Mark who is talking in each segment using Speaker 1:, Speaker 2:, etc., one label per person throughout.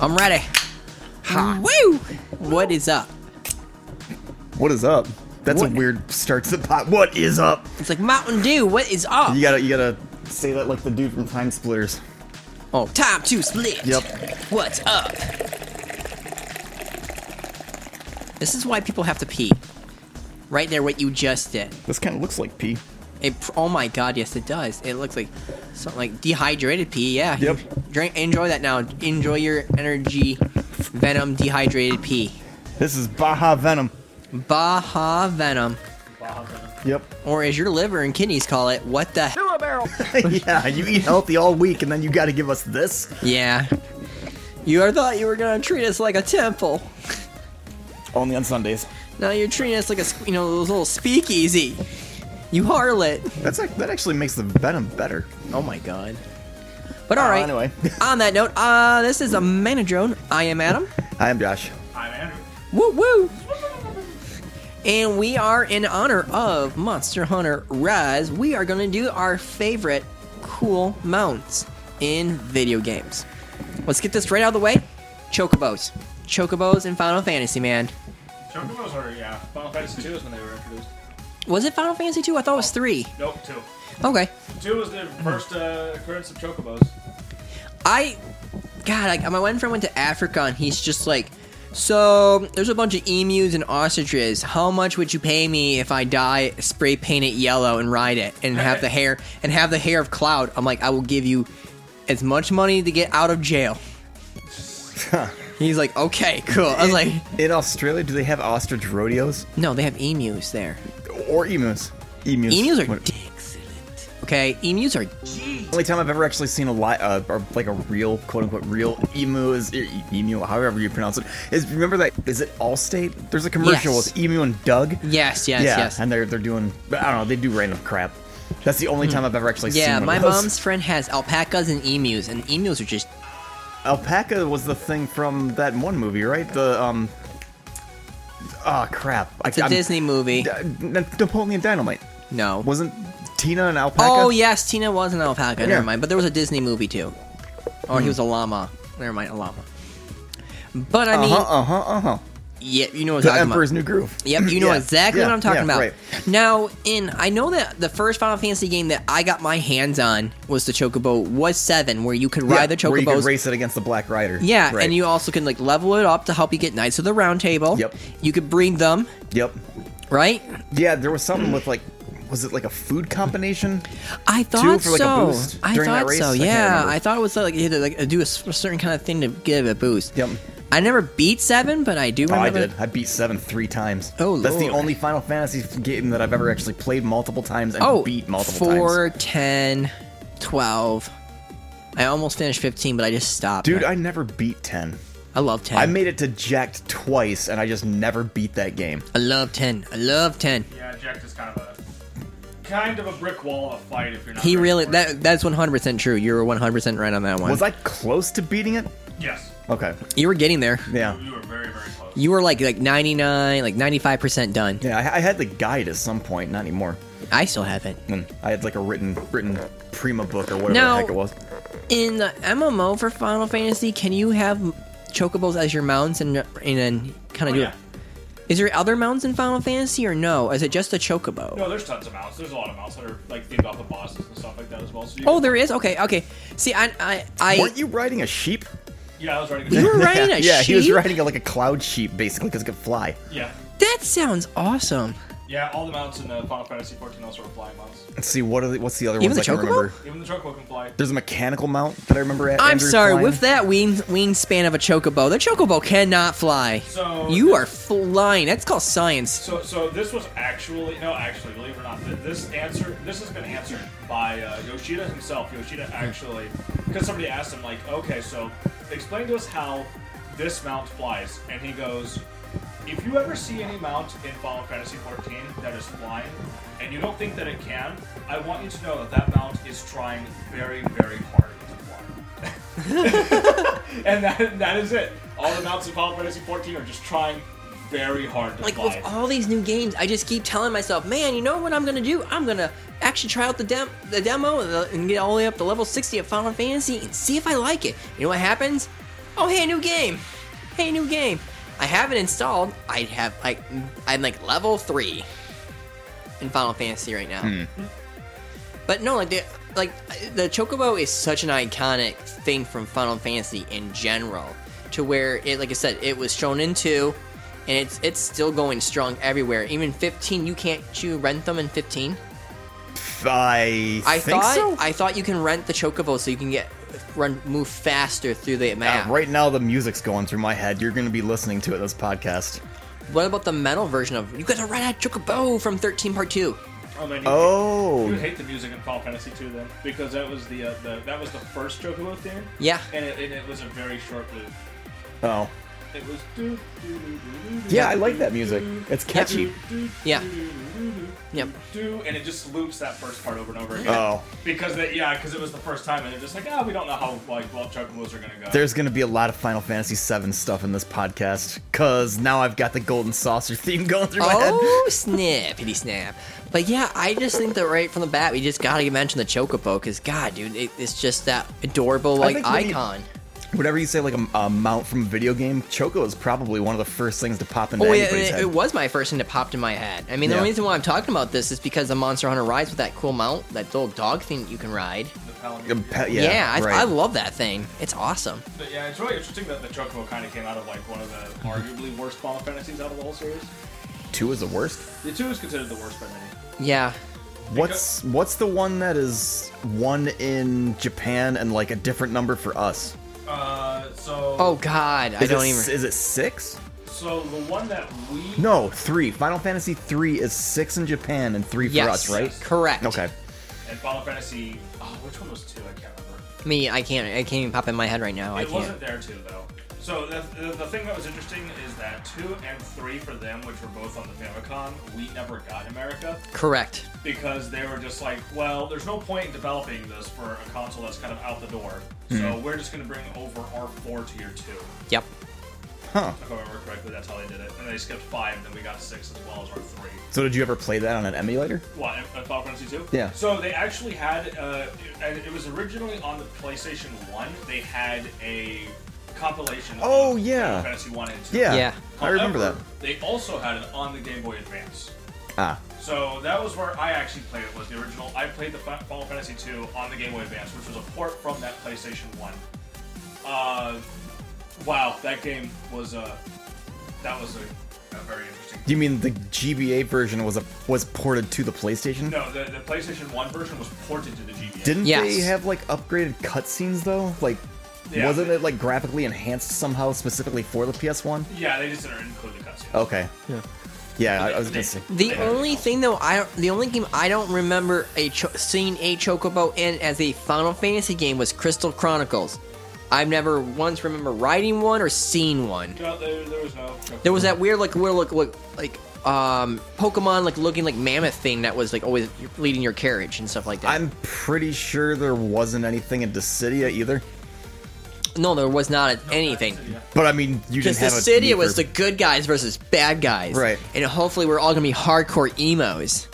Speaker 1: I'm ready. Ha.
Speaker 2: Woo!
Speaker 1: What is up?
Speaker 3: What is up? That's
Speaker 1: What?
Speaker 3: a weird start to the pot. What is up?
Speaker 1: It's like Mountain Dew. What is up?
Speaker 3: You gotta, you gotta say that like the dude from Time Splitters.
Speaker 1: Oh, time to split.
Speaker 3: Yep.
Speaker 1: What's up? This is why people have to pee. Right there, what you just did.
Speaker 3: This kind of looks like pee.
Speaker 1: It, pr- oh my god, yes, it does. It looks like something like dehydrated pee. Yeah.
Speaker 3: Yep.
Speaker 1: Drink. Enjoy that now. Enjoy your energy, venom, dehydrated pee.
Speaker 3: This is Baja Venom.
Speaker 1: Baja venom,
Speaker 3: Yep.
Speaker 1: or as your liver and kidneys call it, what the?
Speaker 3: yeah, you eat healthy all week and then you gotta give us this.
Speaker 1: Yeah. You I thought you were gonna treat us like a temple.
Speaker 3: Only on Sundays.
Speaker 1: Now you're treating us like a sp- you know those little speakeasy. You harlot.
Speaker 3: That's ac- that actually makes the venom better.
Speaker 1: Oh my god. But all right.
Speaker 3: anyway.
Speaker 1: on that note, uh, this is a Manadrone. I am Adam.
Speaker 3: Hi, I'm Josh.
Speaker 2: I'm Andrew.
Speaker 1: Woo woo. And we are in honor of Monster Hunter Rise. We are going to do our favorite cool mounts in video games. Let's get this right out of the way. Chocobos. Chocobos in Final Fantasy, man.
Speaker 2: Chocobos are, yeah. Final Fantasy 2 is when they were introduced.
Speaker 1: Was it Final Fantasy 2? I thought it was 3.
Speaker 2: Nope, 2.
Speaker 1: Okay.
Speaker 2: 2 was the first uh, occurrence of Chocobos.
Speaker 1: I, God, like my one friend went to Africa and he's just like, so there's a bunch of emus and ostriches. How much would you pay me if I dye spray paint it yellow and ride it and have the hair and have the hair of Cloud? I'm like, I will give you as much money to get out of jail. He's like, okay, cool. I was like,
Speaker 3: In Australia, do they have ostrich rodeos
Speaker 1: no, they have emus there.
Speaker 3: or emus? Emus.
Speaker 1: Emus are
Speaker 3: What-
Speaker 1: excellent. Okay, emus are
Speaker 3: Only time I've ever actually seen a li- uh, or like a real quote unquote real emu is e- emu, however you pronounce it. Is remember that is it Allstate? There's a commercial
Speaker 1: Yes.
Speaker 3: with emu and Doug.
Speaker 1: yes, yes,
Speaker 3: yeah,
Speaker 1: yes.
Speaker 3: and they're they're doing I don't know they do random crap. That's the only time I've ever actually
Speaker 1: Hmm. Yeah,
Speaker 3: seen. one
Speaker 1: my
Speaker 3: of those.
Speaker 1: mom's friend has alpacas and emus, and emus are just
Speaker 3: alpaca was the thing from that one movie, right? The um, oh crap, I
Speaker 1: it's a
Speaker 3: I'm-
Speaker 1: Disney movie.
Speaker 3: D- N- Napoleon Dynamite
Speaker 1: No.
Speaker 3: wasn't Tina an alpaca?
Speaker 1: Oh yes, Tina was an alpaca.
Speaker 3: Yeah. Hmm.
Speaker 1: Never mind. But there was a Disney movie too. Or he was a llama. Never mind, a llama. But I
Speaker 3: Uh
Speaker 1: mean,
Speaker 3: huh. Uh huh. Uh huh.
Speaker 1: yeah, you know what I'm
Speaker 3: The
Speaker 1: talking
Speaker 3: Emperor's
Speaker 1: about.
Speaker 3: New Groove.
Speaker 1: Yep, you know
Speaker 3: Yeah,
Speaker 1: exactly
Speaker 3: yeah,
Speaker 1: what I'm talking
Speaker 3: yeah,
Speaker 1: about.
Speaker 3: Right.
Speaker 1: Now, in I know that the first Final Fantasy game that I got my hands on was the Chocobo was seven, where you could ride the
Speaker 3: Where you could
Speaker 1: Chocobos.
Speaker 3: race it against the Black Rider.
Speaker 1: yeah,
Speaker 3: Right.
Speaker 1: and you also can like level it up to help you get Knights of the Round Table.
Speaker 3: Yep.
Speaker 1: You could breed them,
Speaker 3: Yep.
Speaker 1: right?
Speaker 3: Yeah, there was something with like, was it like a food combination?
Speaker 1: I thought
Speaker 3: for, like, a
Speaker 1: so.
Speaker 3: boost
Speaker 1: I
Speaker 3: during that
Speaker 1: thought
Speaker 3: race?
Speaker 1: so.
Speaker 3: I can't
Speaker 1: Yeah,
Speaker 3: remember.
Speaker 1: I, thought it was like you had to like do a s- certain kind of thing to give it a boost.
Speaker 3: Yep.
Speaker 1: I never beat seven, but I do
Speaker 3: Oh, I
Speaker 1: remember.
Speaker 3: did. I beat seven three times.
Speaker 1: Oh,
Speaker 3: that's the
Speaker 1: Lord.
Speaker 3: only Final Fantasy game that I've ever actually played multiple times and
Speaker 1: Oh,
Speaker 3: beat multiple times.
Speaker 1: four, 10, 12. I almost finished fifteen, but I just stopped.
Speaker 3: Dude, I never beat ten.
Speaker 1: I love ten.
Speaker 3: I made it to Jacked twice, and I just never beat that game.
Speaker 1: I love ten. I love ten.
Speaker 2: Yeah, Jack is kind of a kind of a brick wall of a fight if you're not.
Speaker 1: He
Speaker 2: ready
Speaker 1: really
Speaker 2: for it.
Speaker 1: that that's one hundred percent true. You were one hundred percent right on that one.
Speaker 3: Was I close to beating it?
Speaker 2: Yes,
Speaker 3: Okay.
Speaker 1: you were getting there.
Speaker 3: Yeah.
Speaker 2: you were very very close.
Speaker 1: You were like like ninety nine, like ninety five percent done.
Speaker 3: Yeah, I, I had the guide at some point, not anymore.
Speaker 1: I still haven't.
Speaker 3: And I had like a written written Prima book or whatever
Speaker 1: Now-
Speaker 3: the heck it was.
Speaker 1: In the MMO for Final Fantasy, can you have chocobos as your mounts and and then kind
Speaker 2: Oh,
Speaker 1: of do
Speaker 2: yeah.
Speaker 1: it? Is there other mounts in Final Fantasy or no? Is it just a chocobo?
Speaker 2: No, there's tons of mounts. There's a lot of mounts that are like themed off the bosses and stuff like that as well. So you
Speaker 1: Oh,
Speaker 2: can-
Speaker 1: there is. Okay, okay. See, I, I, I.
Speaker 3: Weren't you riding a sheep?
Speaker 2: yeah, I was writing.
Speaker 1: You were riding
Speaker 3: yeah,
Speaker 1: a
Speaker 3: yeah, he was
Speaker 1: sheep?
Speaker 3: riding a, like a cloud sheep basically because it could fly.
Speaker 2: Yeah,
Speaker 1: That sounds awesome.
Speaker 2: yeah, all the mounts in uh, Final Fantasy 14 also are flying mounts.
Speaker 3: Let's see what are the, what's the other
Speaker 1: Even
Speaker 3: ones
Speaker 1: the
Speaker 3: I can
Speaker 1: chocobo?
Speaker 3: remember.
Speaker 2: Even the Chocobo can fly.
Speaker 3: There's a mechanical mount that I remember. At
Speaker 1: I'm
Speaker 3: Andrew
Speaker 1: sorry.
Speaker 3: flying.
Speaker 1: With that wing wingspan of a chocobo, the chocobo cannot fly.
Speaker 2: So-
Speaker 1: you are flying. That's called science.
Speaker 2: So, so this was actually no, actually, believe it or not, th- this answer, this has been answered by uh, Yoshida himself. Yoshida actually, because somebody asked him, like, okay, so explain to us how this mount flies, and he goes, if you ever see any mount in Final Fantasy 14 that is flying, and you don't think that it can, I want you to know that that mount is trying very, very hard to fly. and that, that is it. All the mounts in Final Fantasy 14 are just trying very hard to
Speaker 1: Like
Speaker 2: fly.
Speaker 1: with all these new games, I just keep telling myself, man, you know what I'm gonna do? I'm gonna actually try out the dem- the demo and, the- and get all the way up to level 60 of Final Fantasy and see if I like it. You know what happens? oh hey new game, hey new game. I have it installed. I have like I'm like level three in Final Fantasy right now. But no, like the like the chocobo is such an iconic thing from Final Fantasy in general, to where it like I said it was shown in two, and it's it's still going strong everywhere. Even fifteen, you can't you rent them in fifteen.
Speaker 3: I,
Speaker 1: I
Speaker 3: think
Speaker 1: thought
Speaker 3: so.
Speaker 1: I thought you can rent the chocobo so you can get run move faster through the map.
Speaker 3: Uh, right now, the music's going through my head. You're going to be listening to it this podcast.
Speaker 1: What about the metal version of you got to rent a chocobo from thirteen part two?
Speaker 2: Oh man. you- You
Speaker 3: Oh,
Speaker 2: hate the music in Final Fantasy 2 then, because that was the, uh, the that was the first Chocobo theme,
Speaker 1: Yeah,
Speaker 2: and it, and it was a very short loop.
Speaker 3: oh,
Speaker 2: It was. doo, doo, doo, doo, doo, doo,
Speaker 3: yeah. I like
Speaker 2: doo,
Speaker 3: that music.
Speaker 2: doo,
Speaker 3: It's
Speaker 1: Yep.
Speaker 3: catchy.
Speaker 2: doo,
Speaker 1: Yeah.
Speaker 2: doo, doo, doo, doo,
Speaker 1: Yep.
Speaker 2: doo, and it just loops that first part over and over again.
Speaker 3: Oh,
Speaker 2: Because that, yeah, because it was the first time, and they're just like, ah, we don't know how like well Chocobos are gonna go.
Speaker 3: there's going to be a lot of Final Fantasy VII stuff in this podcast because now I've got the golden saucer theme going through my head.
Speaker 1: Oh snap, hitty snap! But yeah, I just think that right from the bat, we just gotta mention the chocobo because God, dude, it, it's just that adorable like
Speaker 3: think when you-
Speaker 1: icon.
Speaker 3: Whatever you say, like a, a mount from a video game, Choco is probably one of the first things to pop into
Speaker 1: oh yeah,
Speaker 3: anybody's
Speaker 1: it,
Speaker 3: head.
Speaker 1: it was my first thing that popped in my head. I mean, the
Speaker 3: Yeah.
Speaker 1: reason why I'm talking about this is because the Monster Hunter rides with that cool mount, that little dog thing that you can ride.
Speaker 2: the Palamute.
Speaker 3: Um, pe-
Speaker 1: Yeah,
Speaker 3: yeah,
Speaker 1: I,
Speaker 3: right.
Speaker 1: I love that thing. It's awesome.
Speaker 2: But yeah, it's really interesting that the Chocobo kind of came out of like one of the arguably worst Final Fantasies out of the whole series.
Speaker 3: Two is the worst.
Speaker 2: The two is considered the worst by many.
Speaker 1: Yeah,
Speaker 3: What's what's the one that is one in Japan and like a different number for us?
Speaker 2: Uh, so
Speaker 1: Oh God, I
Speaker 3: Is
Speaker 1: don't
Speaker 3: it,
Speaker 1: even.
Speaker 3: s- Is it six?
Speaker 2: so the one that we
Speaker 3: No, three. Final Fantasy three is six in Japan and three for
Speaker 1: Yes,
Speaker 3: us, right?
Speaker 1: correct.
Speaker 3: Okay.
Speaker 2: and Final Fantasy, oh, which one was two? I can't remember.
Speaker 1: Me, I can't. I can't even pop in my head right now. I
Speaker 2: It
Speaker 1: can't.
Speaker 2: wasn't there too though. So the, the, the thing that was interesting is that two and three for them, which were both on the Famicom, we never got in America
Speaker 1: Correct.
Speaker 2: because they were just like, well, there's no point in developing this for a console that's kind of out the door.
Speaker 1: Hmm.
Speaker 2: So we're just going to bring over R4 to your two.
Speaker 1: Yep.
Speaker 3: Huh.
Speaker 2: If I remember correctly, that's how they did it. And they skipped five, then we got six as well as R3.
Speaker 3: So did you ever play that on an emulator?
Speaker 2: What, uh, Final Fantasy Two?
Speaker 3: Yeah.
Speaker 2: So they actually had, uh, and it was originally on the PlayStation One. They had a compilation.
Speaker 3: Oh,
Speaker 2: of
Speaker 3: yeah.
Speaker 2: Final Fantasy One and Two.
Speaker 3: Yeah.
Speaker 1: Yeah.
Speaker 3: I remember that.
Speaker 2: However, They also had it on the Game Boy Advance.
Speaker 3: Ah.
Speaker 2: So that was where I actually played it. Was the original? I played the Fi- Final Fantasy Two on the Game Boy Advance, which was a port from that PlayStation One. Uh, wow, that game was uh, that was a, a very interesting.
Speaker 3: You mean the GBA version was a was ported to the PlayStation?
Speaker 2: No, the, the PlayStation One version was ported to the GBA.
Speaker 3: Didn't
Speaker 1: Yes.
Speaker 3: they have like upgraded cutscenes though? Like
Speaker 2: Yeah.
Speaker 3: wasn't it like graphically enhanced somehow specifically for the PS1?
Speaker 2: Yeah, they just didn't include the cutscene.
Speaker 1: Oh.
Speaker 3: Okay. Yeah. Yeah, I, I was gonna say.
Speaker 1: The only thing though, I don't, the only game I don't remember a cho- seeing a chocobo in as a Final Fantasy game was Crystal Chronicles. I've never once remember riding one or seeing one.
Speaker 2: No, there, there was no.
Speaker 1: There was that weird like weird look look like um Pokemon like looking like mammoth thing that was like always leading your carriage and stuff like that.
Speaker 3: I'm pretty sure there wasn't anything in Dissidia either.
Speaker 1: no, there was not anything.
Speaker 2: Yeah.
Speaker 3: But I mean, you
Speaker 1: Because
Speaker 3: didn't
Speaker 1: the
Speaker 3: have
Speaker 1: city
Speaker 3: a need
Speaker 1: was
Speaker 3: for-
Speaker 1: the good guys versus bad guys.
Speaker 3: Right.
Speaker 1: And hopefully we're all gonna be hardcore emos.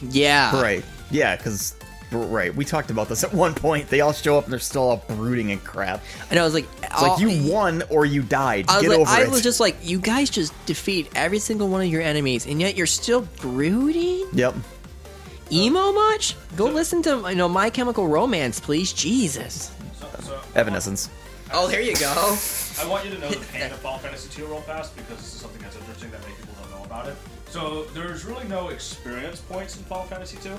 Speaker 1: Yeah.
Speaker 3: right. Yeah, because right, we talked about this at one point. They all show up and they're still all brooding and crap.
Speaker 1: And I was like,
Speaker 3: It's like you won or you died.
Speaker 1: I was,
Speaker 3: Get
Speaker 1: like,
Speaker 3: over
Speaker 1: I
Speaker 3: it.
Speaker 1: was just like, you guys just defeat every single one of your enemies, and yet you're still brooding?
Speaker 3: Yep.
Speaker 1: Emo much? Go listen to you know, My Chemical Romance, please. Jesus.
Speaker 2: So, so
Speaker 3: Evanescence.
Speaker 1: Oh, there you go.
Speaker 2: I want you to know the pain of Final Fantasy II real fast because this is something that's interesting that many people don't know about it. So there's really no experience points in Final Fantasy II.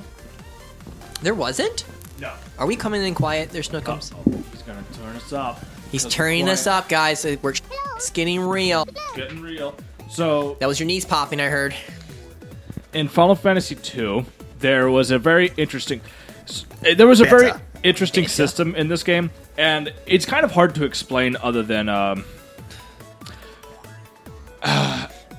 Speaker 1: There wasn't?
Speaker 2: No.
Speaker 1: Are we coming in quiet? There's no comes.
Speaker 2: Oh, he's gonna turn us up.
Speaker 1: He's
Speaker 2: That's
Speaker 1: turning us
Speaker 2: quiet.
Speaker 1: up, guys. It- We're it's getting real.
Speaker 2: Getting real. So
Speaker 1: That was your knees popping, I heard.
Speaker 2: in Final Fantasy II, there was a very interesting. s- There was a very
Speaker 3: Beta.
Speaker 2: interesting system in this game, and it's kind of hard to explain other than. Um,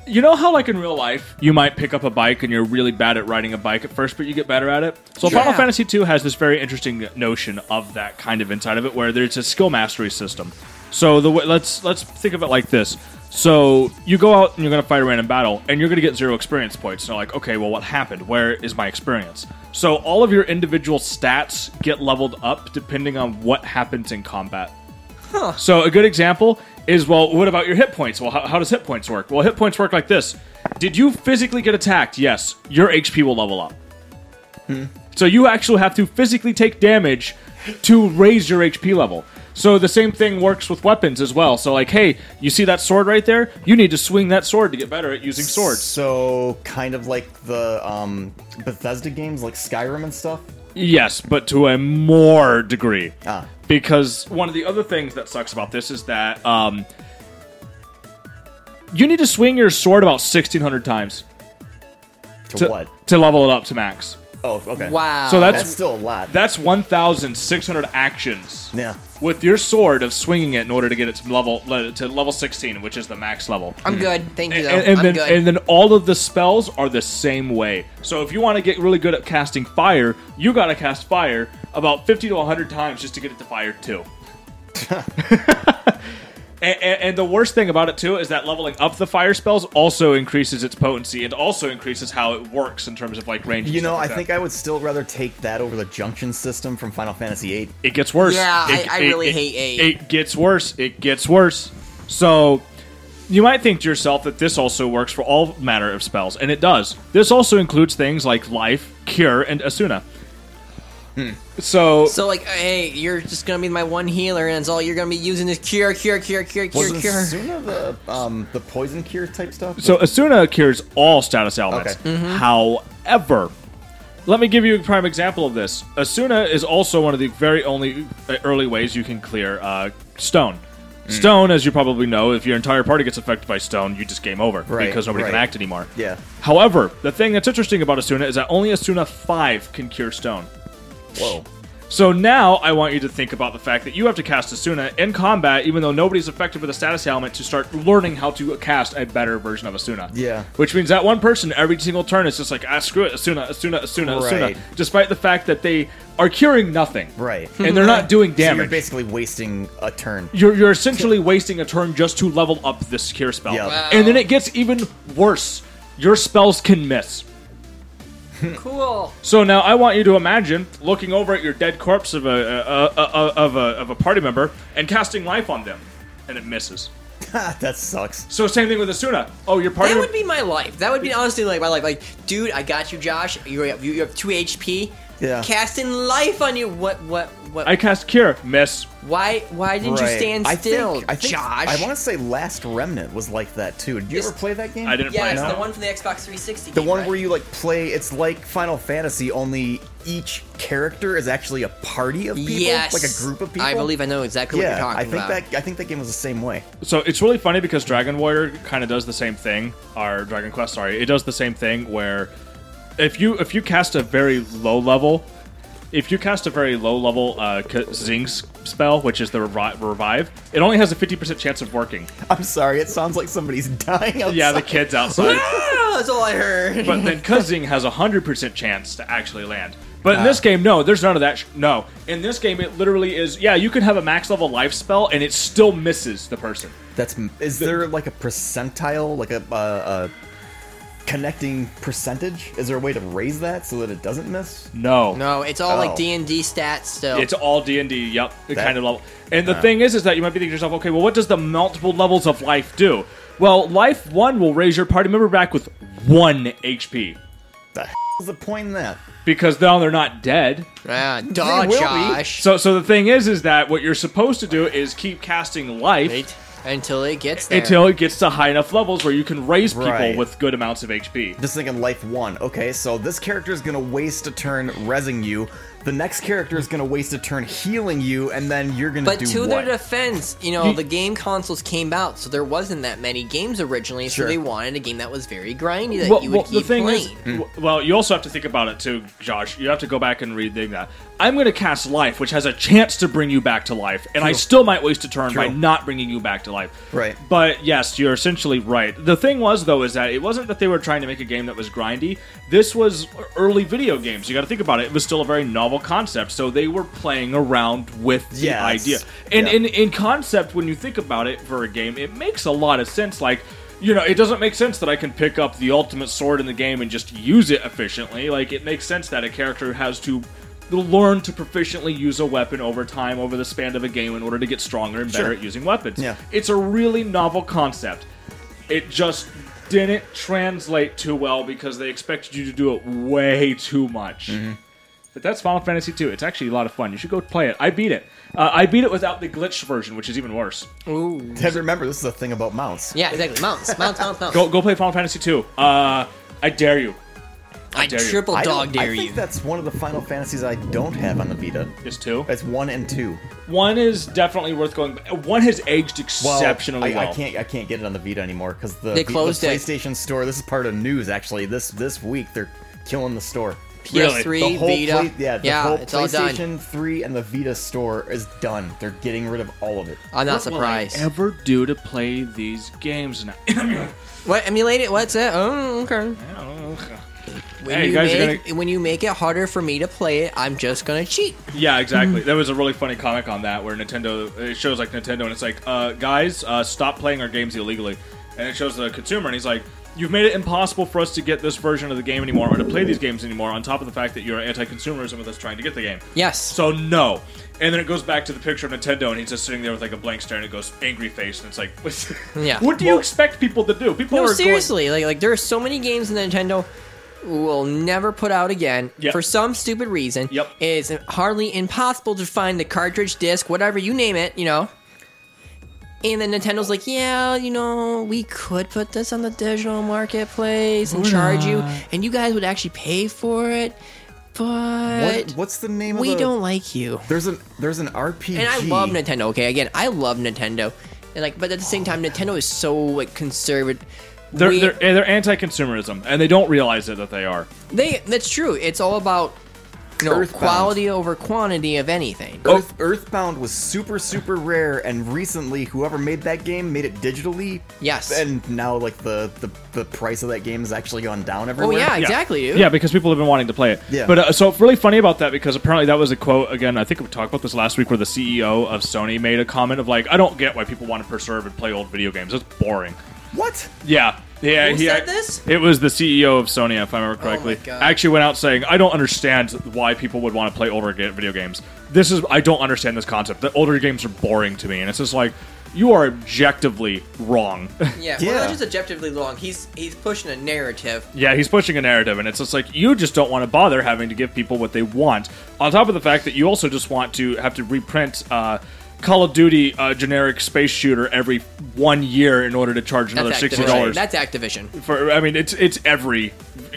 Speaker 2: you know how, like in real life, you might pick up a bike and you're really bad at riding a bike at first, but you get better at it. So
Speaker 1: Yeah.
Speaker 2: Final Fantasy II has this very interesting notion of that kind of inside of it, where there's a skill mastery system. So the way, let's let's think of it like this. So you go out and you're going to fight a random battle, and you're going to get zero experience points. So like, okay, well, what happened? Where is my experience? So all of your individual stats get leveled up depending on what happens in combat. So a good example is well, what about your hit points? Well, how, how does hit points work? Well, hit points work like this: Did you physically get attacked? Yes, your HP will level up. So you actually have to physically take damage to raise your HP level. So the same thing works with weapons as well. So like, hey, you see that sword right there? You need to swing that sword to get better at using swords.
Speaker 3: So kind of like the um, Bethesda games, like Skyrim and stuff.
Speaker 2: Yes, but to a more degree.
Speaker 3: Ah,
Speaker 2: because one of the other things that sucks about this is that um, you need to swing your sword about 1600 times
Speaker 3: to,
Speaker 2: to,
Speaker 3: what?
Speaker 2: to level it up to max
Speaker 3: Oh, okay.
Speaker 1: Wow.
Speaker 2: So
Speaker 3: that's still a lot.
Speaker 2: that's 1600 actions
Speaker 3: yeah.
Speaker 2: with your sword of swinging it in order to get it to level le- to level 16 which is the max level
Speaker 1: I'm good. Thank you,
Speaker 2: and,
Speaker 1: though.
Speaker 2: and
Speaker 1: I'm
Speaker 2: then
Speaker 1: good.
Speaker 2: and then all of the spells are the same way. So if you want to get really good at casting fire, you gotta cast fire about fifty to hundred times just to get it to fire too. and, and, and the worst thing about it too is that leveling up the fire spells also increases its potency and also increases how it works in terms of like range.
Speaker 3: You know, I think I would still rather take that over the junction system from Final Fantasy VIII.
Speaker 2: it gets worse.
Speaker 1: Yeah, I-
Speaker 2: It-
Speaker 1: I
Speaker 2: it-
Speaker 1: really
Speaker 2: it-
Speaker 1: hate eight.
Speaker 2: It gets worse. It gets worse. So you might think to yourself that this also works for all manner of spells, and it does. This also includes things like life, cure, and asuna. So,
Speaker 1: so like, hey, you're just gonna be my one healer, and it's all you're gonna be using is cure, cure, cure, cure, cure,
Speaker 3: Wasn't
Speaker 1: cure.
Speaker 3: Suna the um the poison cure type stuff?
Speaker 2: so asuna cures all status elements.
Speaker 3: Okay. Mm-hmm.
Speaker 2: However, let me give you a prime example of this. Asuna is also one of the very only uh, early ways you can clear uh, stone.
Speaker 3: Mm.
Speaker 2: Stone, as you probably know, if your entire party gets affected by stone, you just game over
Speaker 3: Right,
Speaker 2: because nobody can
Speaker 3: right.
Speaker 2: act anymore.
Speaker 3: yeah.
Speaker 2: However, the thing that's interesting about Asuna is that only Asuna 5 can cure stone.
Speaker 3: Whoa.
Speaker 2: So now I want you to think about the fact that you have to cast Asuna in combat, even though nobody's affected with a status ailment, to start learning how to cast a better version of Asuna.
Speaker 3: Yeah.
Speaker 2: Which means that one person every single turn is just like, ah, screw it, Asuna, Asuna, Asuna,
Speaker 3: Right.
Speaker 2: Asuna, despite the fact that they are curing nothing.
Speaker 3: Right.
Speaker 2: Hmm. And they're not doing
Speaker 3: So you're
Speaker 2: damage.
Speaker 3: basically wasting a turn.
Speaker 2: you're, you're essentially wasting a turn just to level up this cure spell.
Speaker 3: Yeah. Wow.
Speaker 2: And then it gets even worse. Your spells can miss.
Speaker 1: Cool.
Speaker 2: So now I want you to imagine looking over at your dead corpse of a, a, a, a- of a of a party member and casting life on them, and it misses.
Speaker 3: that sucks.
Speaker 2: So same thing with Asuna. Oh, your party.
Speaker 1: That
Speaker 2: mem-
Speaker 1: would be my life. That would be honestly like my life. Like, dude, I got you, Josh. You have, you have two HP.
Speaker 3: Yeah.
Speaker 1: Casting life on you. What? What? What?
Speaker 2: I cast cure, miss.
Speaker 1: why? Why didn't you
Speaker 3: Right.
Speaker 1: stand
Speaker 3: I
Speaker 1: still,
Speaker 3: think, I think,
Speaker 1: Josh?
Speaker 3: I want to say Last Remnant was like that too. Did you
Speaker 1: Yes.
Speaker 3: ever play that game?
Speaker 2: I didn't
Speaker 1: yeah,
Speaker 2: play
Speaker 1: it's
Speaker 2: it.
Speaker 1: the one from the Xbox 360.
Speaker 3: The one where you like play. It's like Final Fantasy, only each character is actually a party of people,
Speaker 1: Yes.
Speaker 3: like a group of people.
Speaker 1: I believe I know exactly what
Speaker 3: Yeah,
Speaker 1: you're talking
Speaker 3: I think
Speaker 1: about.
Speaker 3: that I think that game was the same way.
Speaker 2: So it's really funny because Dragon Warrior kind of does the same thing. Or Dragon Quest, sorry, it does the same thing where if you if you cast a very low level, if you cast a very low level uh, K- Zing s- spell, which is the revi- revive, it only has a fifty percent chance of working.
Speaker 3: I'm sorry, it sounds like somebody's dying outside.
Speaker 2: Yeah, the kids outside.
Speaker 1: Ah, that's all I heard.
Speaker 2: but then Kazing has a hundred percent chance to actually land. But in this game, no, there's none of that. Sh- no, in this game, it literally is. Yeah, you can have a max level life spell and it still misses the person.
Speaker 3: That's is there like a percentile, like a, uh a connecting percentage? Is there a way to raise that so that it doesn't miss?
Speaker 2: No,
Speaker 1: no, it's all
Speaker 3: Oh.
Speaker 1: like D and D stats still.
Speaker 2: it's all D and D. Yep, the
Speaker 3: That-
Speaker 2: kind of level. And the thing is, is that you might be thinking to yourself, okay, well, what does the multiple levels of life do? Well, life one will raise your party member back with one HP
Speaker 3: The hell is the point in that?
Speaker 2: because now they're not dead.
Speaker 1: ah, duh,
Speaker 3: will be.
Speaker 1: Josh.
Speaker 2: So, so the thing is, is that what you're supposed to do is keep casting life.
Speaker 1: Wait until it gets there.
Speaker 2: until it gets to high enough levels where you can raise people
Speaker 3: Right.
Speaker 2: with good amounts of HP.
Speaker 3: Just thinking life one. Okay, so this character is gonna waste a turn resing you. The next character is gonna waste a turn healing you, and then you're gonna
Speaker 1: But
Speaker 3: do
Speaker 1: to
Speaker 3: what?
Speaker 1: their defense, you know,
Speaker 2: You-
Speaker 1: the game consoles came out, so there wasn't that many games originally,
Speaker 3: Sure.
Speaker 1: so they wanted a game that was very grindy that
Speaker 2: Well,
Speaker 1: you would
Speaker 2: well, the
Speaker 1: keep
Speaker 2: thing
Speaker 1: playing.
Speaker 2: is, w- well, you also have to think about it too, Josh. You have to go back and rethink that. I'm going to cast life, which has a chance to bring you back to life, and I
Speaker 3: True.
Speaker 2: still might waste a turn by
Speaker 3: True.
Speaker 2: not bringing you back to life.
Speaker 3: Right.
Speaker 2: But yes, you're essentially right. The thing was though is that it wasn't that they were trying to make a game that was grindy. This was early video games. You got to think about it. It was still a very novel concept, so they were playing around with the
Speaker 3: Yeah, it's-
Speaker 2: idea. And
Speaker 3: yeah.
Speaker 2: in in concept, when you think about it for a game, it makes a lot of sense. Like, you know, it doesn't make sense that I can pick up the ultimate sword in the game and just use it efficiently. Like, it makes sense that a character has to They'll learn to proficiently use a weapon over time, over the span of a game, in order to get stronger and better
Speaker 3: Sure.
Speaker 2: at using weapons.
Speaker 3: Yeah.
Speaker 2: It's a really novel concept. It just didn't translate too well because they expected you to do it way too much.
Speaker 3: Mm-hmm.
Speaker 2: But that's Final Fantasy II. It's actually a lot of fun. You should go play it. I beat it. Uh, I beat it without the glitch version, which is even worse.
Speaker 1: Ooh.
Speaker 3: And remember, this is a thing about mounts.
Speaker 1: Yeah, exactly. Mounts, mounts, mounts, mounts.
Speaker 2: Go go play Final Fantasy II. Uh, I dare you.
Speaker 1: I
Speaker 2: dare you.
Speaker 1: triple
Speaker 3: I don't-
Speaker 1: dog dare
Speaker 3: I think
Speaker 1: you.
Speaker 3: that's one of the Final Fantasies I don't have on the Vita.
Speaker 2: It's two.
Speaker 3: It's one and two.
Speaker 2: One is definitely worth going. One has aged
Speaker 3: Well,
Speaker 2: exceptionally
Speaker 3: I,
Speaker 2: well.
Speaker 3: I can't. I can't get it on the Vita anymore because the,
Speaker 1: They
Speaker 3: the- the
Speaker 1: closed it.
Speaker 3: PlayStation Store. This is part of news actually. This this week they're killing the store.
Speaker 1: PS3,
Speaker 2: really,
Speaker 3: The whole
Speaker 1: Vita.
Speaker 3: play- yeah, the whole
Speaker 1: it's all done.
Speaker 3: PlayStation 3 and the Vita store is done. They're getting rid of all of it.
Speaker 1: I'm not
Speaker 2: What will I
Speaker 1: surprised.
Speaker 2: ever do to play these games now?
Speaker 1: What emulate it? What's it? Oh, okay. When
Speaker 2: Hey,
Speaker 1: you
Speaker 2: you guys are
Speaker 1: make when you make it harder for me to play it, I'm just gonna cheat.
Speaker 2: yeah, exactly. There was a really funny comic on that where Nintendo it shows like Nintendo and it's like, uh, guys, uh, stop playing our games illegally, and it shows the consumer and he's like. You've made it impossible for us to get this version of the game anymore, or to play these games anymore. On top of the fact that you're anti-consumerism with us trying to get the game.
Speaker 1: Yes.
Speaker 2: So no. And then it goes back to the picture of Nintendo, and he's just sitting there with like a blank stare, and it goes angry face, and it's like,
Speaker 1: Yeah.
Speaker 2: What do you
Speaker 1: Well-
Speaker 2: expect people to do? People
Speaker 1: no,
Speaker 2: are
Speaker 1: seriously, like like there are so many games that Nintendo will never put out again
Speaker 2: Yep.
Speaker 1: for some stupid reason.
Speaker 2: Yep.
Speaker 1: It's hardly impossible to find the cartridge disc, whatever you name it, you know. And then Nintendo's like, yeah, you know, we could put this on the digital marketplace and charge you, and you guys would actually pay for it, but
Speaker 3: What, what's the name
Speaker 1: we
Speaker 3: of the?
Speaker 1: don't like you.
Speaker 3: There's an there's an RPG.
Speaker 1: And I love Nintendo. Okay, again, I love Nintendo, and like, but at the same time, Nintendo is so like conservative.
Speaker 2: Going, they're,
Speaker 1: We-
Speaker 2: they're they're anti-consumerism, and they don't realize it that they are.
Speaker 1: They that's true. It's all about you know,
Speaker 3: Earthbound.
Speaker 1: quality over quantity of anything.
Speaker 3: Earth, Earthbound was super super rare, and recently whoever made that game made it digitally.
Speaker 1: Yes.
Speaker 3: And now like the the, the price of that game has actually gone down
Speaker 1: Oh
Speaker 3: everywhere.
Speaker 1: yeah, exactly, dude.
Speaker 2: Yeah, because people have been wanting to play it.
Speaker 3: Yeah.
Speaker 2: But uh, so really funny about that because apparently that was a quote again. I think we talked about this last week where the CEO of Sony made a comment of like, I don't get why people want to preserve and play old video games. It's boring.
Speaker 3: What?
Speaker 2: Yeah. Yeah,
Speaker 1: Who
Speaker 2: he,
Speaker 1: said this? Oh
Speaker 2: It was the CEO of Sony, if I remember correctly.
Speaker 1: God.
Speaker 2: Actually, went out saying, "I don't understand why people would want to play older ga- video games. This is I don't understand this concept. The older games are boring to me, and it's just like you are objectively wrong."
Speaker 1: yeah.
Speaker 3: Yeah.
Speaker 1: Well, that's just objectively long. He's he's pushing a narrative.
Speaker 2: yeah, he's pushing a narrative, and it's just like you just don't want to bother having to give people what they want. On top of the fact that you also just want to have to reprint. Uh, Call of Duty uh, generic space shooter every one year in order to charge another
Speaker 1: That's
Speaker 2: sixty
Speaker 1: Activision.
Speaker 2: dollars.
Speaker 1: That's Activision.
Speaker 2: for I mean it's it's every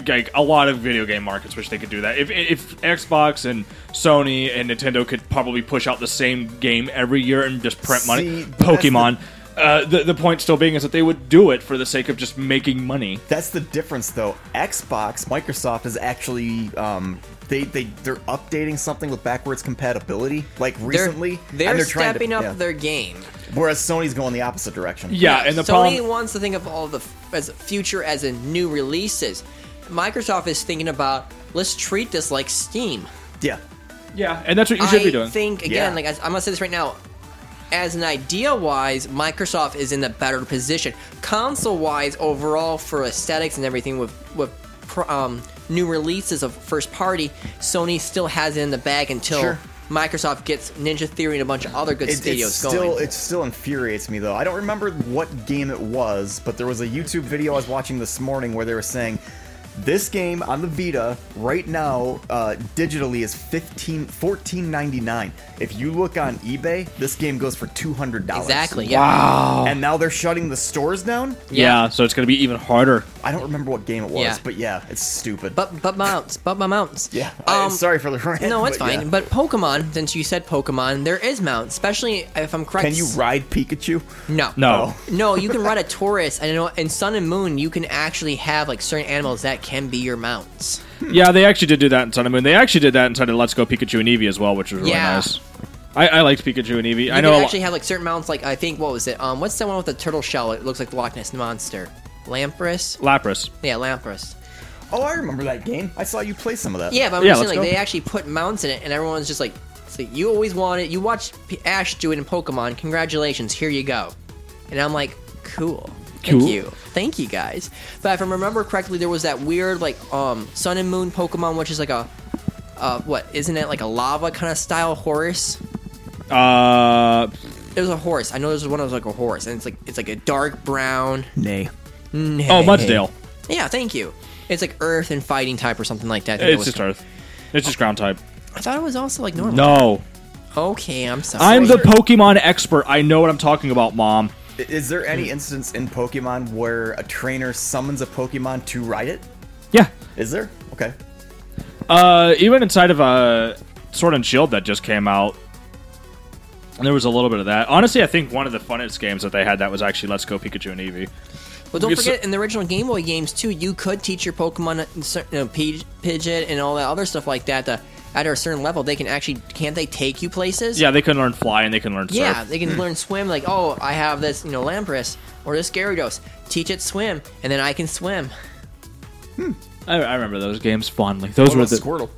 Speaker 2: like a lot of video game markets wish they could do that. If if Xbox and Sony and Nintendo could probably push out the same game every year and just print money,
Speaker 3: See, but that's
Speaker 2: Pokemon. uh, the the point still being is that they would do it for the sake of just making money.
Speaker 3: That's the difference, though. Xbox, Microsoft is actually um, they they they're updating something with backwards compatibility, like
Speaker 1: They're,
Speaker 3: recently.
Speaker 1: they're,
Speaker 3: and they're trying to-
Speaker 1: stepping up
Speaker 3: yeah.
Speaker 1: their game.
Speaker 3: Whereas Sony's going the opposite direction.
Speaker 2: Yeah, and the
Speaker 1: Sony
Speaker 2: problem
Speaker 1: wants to think of all the f- as future as in new releases. Microsoft is thinking about let's treat this like Steam.
Speaker 3: Yeah.
Speaker 2: yeah, and that's what you should
Speaker 1: I
Speaker 2: be doing.
Speaker 1: think again,
Speaker 3: Yeah.
Speaker 1: like as, I'm gonna say this right now, as an idea wise, Microsoft is in the better position. Console wise, overall for aesthetics and everything with with pr- um, new releases of first party, Sony still has it in the bag until.
Speaker 3: Sure.
Speaker 1: Microsoft gets Ninja Theory and a bunch of other good
Speaker 3: It, it's
Speaker 1: studios
Speaker 3: still
Speaker 1: going.
Speaker 3: it still infuriates me though. I don't remember what game it was, but there was a YouTube video I was watching this morning where they were saying this game on the Vita right now uh, digitally is 15 14.99. If you look on eBay, this game goes for $200.
Speaker 1: Exactly. Yeah.
Speaker 3: And now they're shutting the stores down?
Speaker 2: yeah, so it's going to be even harder.
Speaker 3: I don't remember what game it was,
Speaker 1: Yeah.
Speaker 3: but yeah, it's stupid.
Speaker 1: But but mounts. But my mounts. Um,
Speaker 3: yeah, I- sorry for the rant.
Speaker 1: No, it's
Speaker 3: but
Speaker 1: fine.
Speaker 3: yeah.
Speaker 1: But Pokemon, since you said Pokemon, there is mounts. Especially if I'm correct.
Speaker 3: can you ride Pikachu?
Speaker 1: No.
Speaker 2: No.
Speaker 1: No, you can ride a Taurus, and I know in Sun and Moon you can actually have like certain animals that can be your mounts.
Speaker 2: Yeah, they actually did do that in Sun and Moon. They actually did that inside of Let's Go Pikachu and Eevee as well, which was really
Speaker 1: Yeah.
Speaker 2: nice. I, I liked Pikachu and Eevee.
Speaker 1: You
Speaker 2: I know a
Speaker 1: can
Speaker 2: lo-
Speaker 1: actually have like certain mounts. Like I think what was it? Um, what's that one with the turtle shell? It looks like the Loch Ness monster. Lamprus.
Speaker 2: Lapras.
Speaker 1: Yeah, Lamprus.
Speaker 3: Oh, I remember that game. I saw you play some of that.
Speaker 1: Yeah, but I'm
Speaker 2: Yeah,
Speaker 1: just saying
Speaker 2: let's
Speaker 1: like
Speaker 2: go.
Speaker 1: they actually put mounts in it, and everyone's just like, it's like, you always want it. You watched P- Ash do it in Pokemon. Congratulations, here you go. And I'm like, cool. Thank
Speaker 2: Cool.
Speaker 1: you. Thank you guys. But if I remember correctly, there was that weird like um Sun and Moon Pokemon, which is like a uh, what isn't it like a lava kind of style horse?
Speaker 2: Uh,
Speaker 1: It was a horse. I know there's one that was like a horse, and it's like it's like a dark brown.
Speaker 3: Nay.
Speaker 2: oh, Mudsdale.
Speaker 1: Yeah, thank you. It's like earth and fighting type or something like that. I think it
Speaker 2: It's
Speaker 1: was-
Speaker 2: just Earth. It's just ground type.
Speaker 1: I thought it was also like normal.
Speaker 2: No,
Speaker 1: Okay, I'm sorry.
Speaker 2: I'm the Pokemon expert. I know what I'm talking about, Mom.
Speaker 3: I- Is there any
Speaker 1: Hmm.
Speaker 3: instance in Pokemon where a trainer summons a Pokemon to ride it?
Speaker 2: Yeah.
Speaker 3: Is there? Okay.
Speaker 2: Uh, even inside of uh, Sword and Shield that just came out, there was a little bit of that. Honestly, I think one of the funnest games that they had that was actually Let's Go Pikachu and Eevee.
Speaker 1: Well, don't
Speaker 2: It's-
Speaker 1: forget in the original Game Boy games too, you could teach your Pokemon a certain- you know, Pidge- Pidgeot and all that other stuff like that. To, at a certain level, they can actually can't they take you places?
Speaker 2: Yeah, they can learn Fly and they can learn Surf.
Speaker 1: Yeah, they can learn swim. Like, oh, I have this, you know, Lampress or this Gyarados. Teach it swim, and then I can swim.
Speaker 2: I, I remember those games fondly. Those
Speaker 3: What
Speaker 2: were
Speaker 3: about
Speaker 2: the
Speaker 3: Squirtle?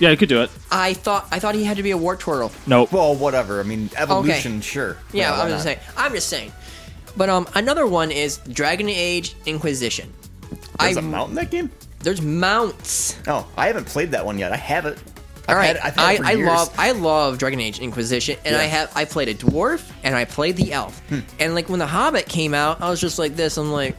Speaker 2: yeah, you could do it.
Speaker 1: I thought I thought he had to be a War Turtle.
Speaker 2: Nope.
Speaker 3: Well, whatever. I mean, evolution, sure.
Speaker 1: Yeah,
Speaker 3: why
Speaker 1: I'm just
Speaker 3: not?
Speaker 1: saying. I'm just saying. But um, another one is Dragon Age Inquisition.
Speaker 3: There's
Speaker 1: I-
Speaker 3: a mountain that game?
Speaker 1: There's mounts.
Speaker 3: Oh, I haven't played that one yet. I have it.
Speaker 1: All right,
Speaker 3: I've had, i
Speaker 1: I, I love I love Dragon Age Inquisition, and I
Speaker 3: Yeah. Hmm.
Speaker 1: have I played a dwarf and I played the elf, and like when the Hobbit came out, I was just like this. I'm like,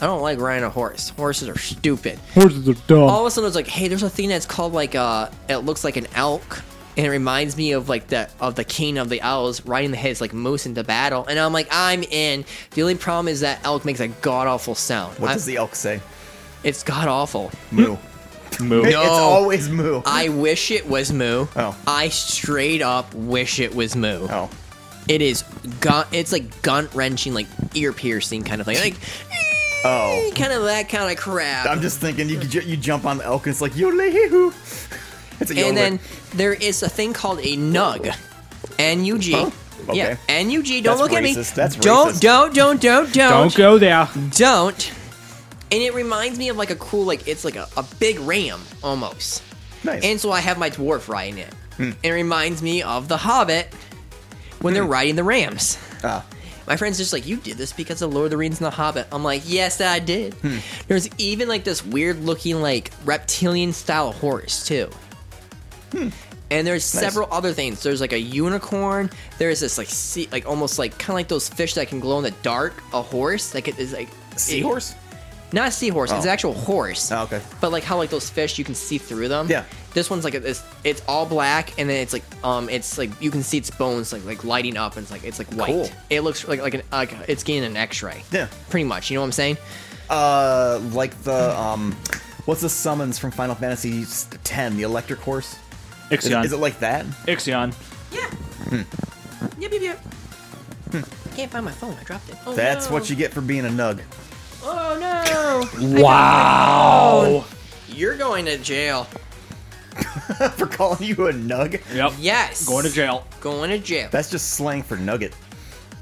Speaker 1: I don't like riding a horse. Horses are stupid.
Speaker 2: Horses are
Speaker 3: Oh.
Speaker 2: dumb.
Speaker 1: All of a sudden, I was like, hey, there's a thing that's called like uh, it looks like an elk, and it reminds me of like the of the king of the owls riding the heads like moose into battle, and I'm like, I'm in. The only problem is that elk makes a god awful sound.
Speaker 3: What
Speaker 1: I-
Speaker 3: does the elk say?
Speaker 1: it's god awful.
Speaker 3: Moo.
Speaker 2: Moo.
Speaker 3: It's
Speaker 1: No.
Speaker 3: always moo.
Speaker 1: I wish it was moo.
Speaker 3: Hmm. Oh.
Speaker 1: I straight up wish it was moo.
Speaker 3: oh.
Speaker 1: It is gun. It's like gun wrenching, like ear piercing kind of thing, like eh,
Speaker 3: Oh.
Speaker 1: kind of that kind of crap.
Speaker 3: I'm just thinking you could ju- you jump on the elk and it's like yodelee It's a yodeler.
Speaker 1: and then there is a thing called a nug, N U G.
Speaker 3: Huh?
Speaker 1: Yeah,
Speaker 3: Okay.
Speaker 1: N U G. Don't
Speaker 3: That's
Speaker 1: look at me.
Speaker 3: racist. That's
Speaker 1: don't,
Speaker 3: racist.
Speaker 1: don't, don't, don't, don't,
Speaker 2: Don't go there.
Speaker 1: don't. And it reminds me of like a cool, like it's like a, a big ram almost.
Speaker 3: nice. Hmm.
Speaker 1: And so I have my dwarf riding it. And it reminds me of the Hobbit when
Speaker 3: Hmm.
Speaker 1: they're riding the rams.
Speaker 3: Ah.
Speaker 1: My friend's just like, you did this because of Lord of the Rings and The Hobbit. I'm like, yes, I did.
Speaker 3: Hmm.
Speaker 1: There's even like this weird looking like reptilian style horse too. And there's
Speaker 3: Hmm. Nice.
Speaker 1: several other things. There's like a unicorn. There's this like sea, like almost like kind of like those fish that can glow in the dark. A horse, like it is like
Speaker 3: seahorse.
Speaker 1: not a seahorse. It's
Speaker 3: Oh.
Speaker 1: an actual horse.
Speaker 3: Oh, okay.
Speaker 1: But like how like those fish, you can see through them.
Speaker 3: Yeah.
Speaker 1: This one's like a- it's it's all black, and then it's like um it's like you can see its bones like like lighting up, and it's like it's like white.
Speaker 3: Cool.
Speaker 1: It looks like like an like it's getting an X-ray.
Speaker 3: Yeah.
Speaker 1: Pretty much. You know what I'm saying?
Speaker 3: Uh, like the um, what's the summons from Final Fantasy X, the electric horse? Is,
Speaker 2: Ixion.
Speaker 3: is it like that?
Speaker 2: Ixion.
Speaker 1: Yeah.
Speaker 3: Hmm.
Speaker 1: Yep yep yep. Can't find my phone. I dropped it. Oh,
Speaker 3: That's
Speaker 1: no.
Speaker 3: what you get for being a nug.
Speaker 1: Oh no.
Speaker 2: Wow.
Speaker 1: You're going to jail.
Speaker 3: for calling you a nug.
Speaker 2: Yep.
Speaker 1: Yes.
Speaker 2: Going to jail.
Speaker 1: Going to jail.
Speaker 3: That's just slang for nugget.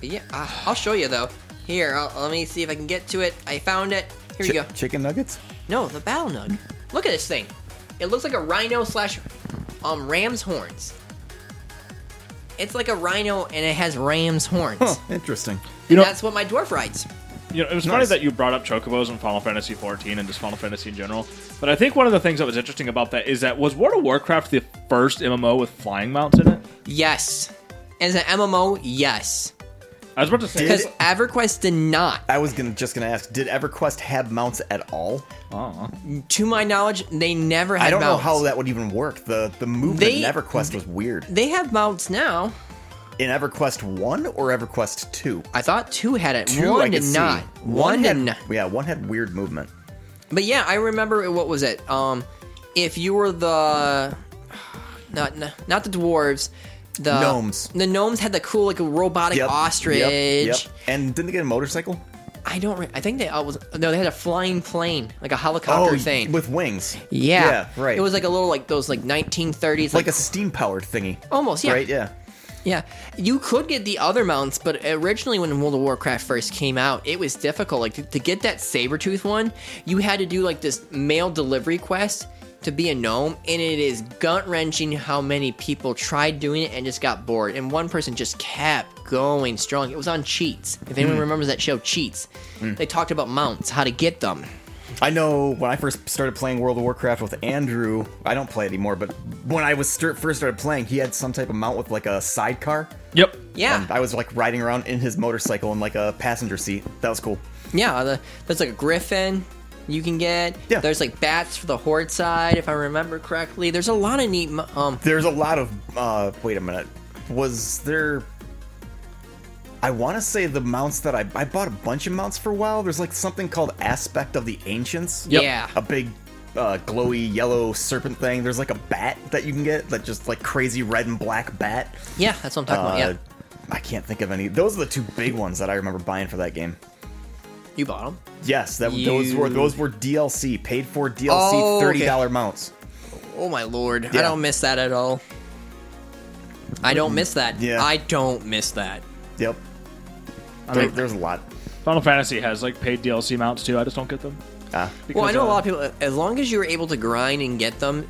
Speaker 1: yeah. Uh, I'll show you though. Here, I'll, let me see if I can get to it. I found it. Here you
Speaker 3: Chi-
Speaker 1: go.
Speaker 3: Chicken nuggets.
Speaker 1: No, the battle nug. Look at this thing. It looks like a rhino slash um ram's horns. It's like a rhino and it has ram's horns.
Speaker 3: Huh, interesting.
Speaker 2: You know,
Speaker 1: That's what my dwarf rides.
Speaker 2: you know, it was funny
Speaker 3: Nice.
Speaker 2: that you brought up chocobos in Final Fantasy XIV and just Final Fantasy in general. But I think one of the things that was interesting about that is that was World of Warcraft the first MMO with flying mounts in it?
Speaker 1: Yes. As an MMO, yes.
Speaker 2: I was about to say.
Speaker 3: Did-
Speaker 1: Because EverQuest did not.
Speaker 3: I was gonna just gonna ask, did EverQuest have mounts at all?
Speaker 2: Oh.
Speaker 1: To my knowledge, they never had
Speaker 3: I don't know
Speaker 1: mounts.
Speaker 3: how that would even work. The the movement
Speaker 1: They-
Speaker 3: in EverQuest was weird.
Speaker 1: they have mounts now.
Speaker 3: In EverQuest one or EverQuest two?
Speaker 1: I thought two had it.
Speaker 3: Two, I
Speaker 1: one
Speaker 3: could
Speaker 1: did
Speaker 3: see.
Speaker 1: not. One, did
Speaker 3: had,
Speaker 1: not.
Speaker 3: Yeah, one had weird movement.
Speaker 1: But yeah, I remember what was it? Um, if you were the not not, not the dwarves, the
Speaker 3: Gnomes.
Speaker 1: The gnomes had the cool like robotic
Speaker 3: Yep,
Speaker 1: ostrich.
Speaker 3: Yep, yep. And didn't they get a motorcycle?
Speaker 1: I don't. Re- I think they all was no. They had a flying plane, like a helicopter thing.
Speaker 3: Oh, with wings.
Speaker 1: Oh, yeah.
Speaker 3: yeah, right.
Speaker 1: It was like a little like those like 1930s
Speaker 3: like
Speaker 1: like,
Speaker 3: a steam powered thingy.
Speaker 1: almost yeah
Speaker 3: Right? Yeah.
Speaker 1: yeah. You could get the other mounts, but originally when World of Warcraft first came out, it was difficult. Like to, to get that Sabretooth one, you had to do like this mail delivery quest to be a gnome, and it is gut wrenching how many people tried doing it and just got bored. And one person just kept going strong. It was on Cheats. If anyone remembers that show, Cheats, they talked about mounts, how to get them.
Speaker 3: I know when I first started playing World of Warcraft with Andrew, I don't play anymore, but when I was st- first started playing, he had some type of mount with like a sidecar.
Speaker 2: Yep.
Speaker 1: Yeah,
Speaker 3: And I was like riding around in his motorcycle in like a passenger seat. That was cool.
Speaker 1: yeah. The, there's like a griffin you can get.
Speaker 3: Yeah.
Speaker 1: There's like bats for the horde side, if I remember correctly. There's a lot of neat. mo- Um,
Speaker 3: There's a lot of. Uh, wait a minute. Was there. I want to say the mounts that I. I bought a bunch of mounts for a while. There's like something called Aspect of the Ancients.
Speaker 2: Yep.
Speaker 1: yeah.
Speaker 3: a big uh, glowy yellow serpent thing. There's like a bat that you can get that just like crazy red and black bat.
Speaker 1: Yeah, that's what I'm talking
Speaker 3: Uh,
Speaker 1: about.
Speaker 3: I can't think of any. Those are the two big ones that I remember buying for that game.
Speaker 1: Yeah, you bought them.
Speaker 3: Yes, that those were
Speaker 1: You-
Speaker 3: those were DLC, paid for DLC,
Speaker 1: Oh, okay.
Speaker 3: thirty dollar mounts.
Speaker 1: Oh my lord, I
Speaker 3: Yeah.
Speaker 1: don't miss that at all. I don't miss that.
Speaker 3: Yeah.
Speaker 1: I don't miss that.
Speaker 3: Yep.
Speaker 2: I
Speaker 3: There-
Speaker 2: mean,
Speaker 3: there's a lot.
Speaker 2: Final Fantasy has like paid DLC mounts too. I just don't get them.
Speaker 3: Ah.
Speaker 1: Well, I
Speaker 2: Because,
Speaker 1: know a
Speaker 2: uh,
Speaker 1: lot of people. As long as you were able to grind and get them,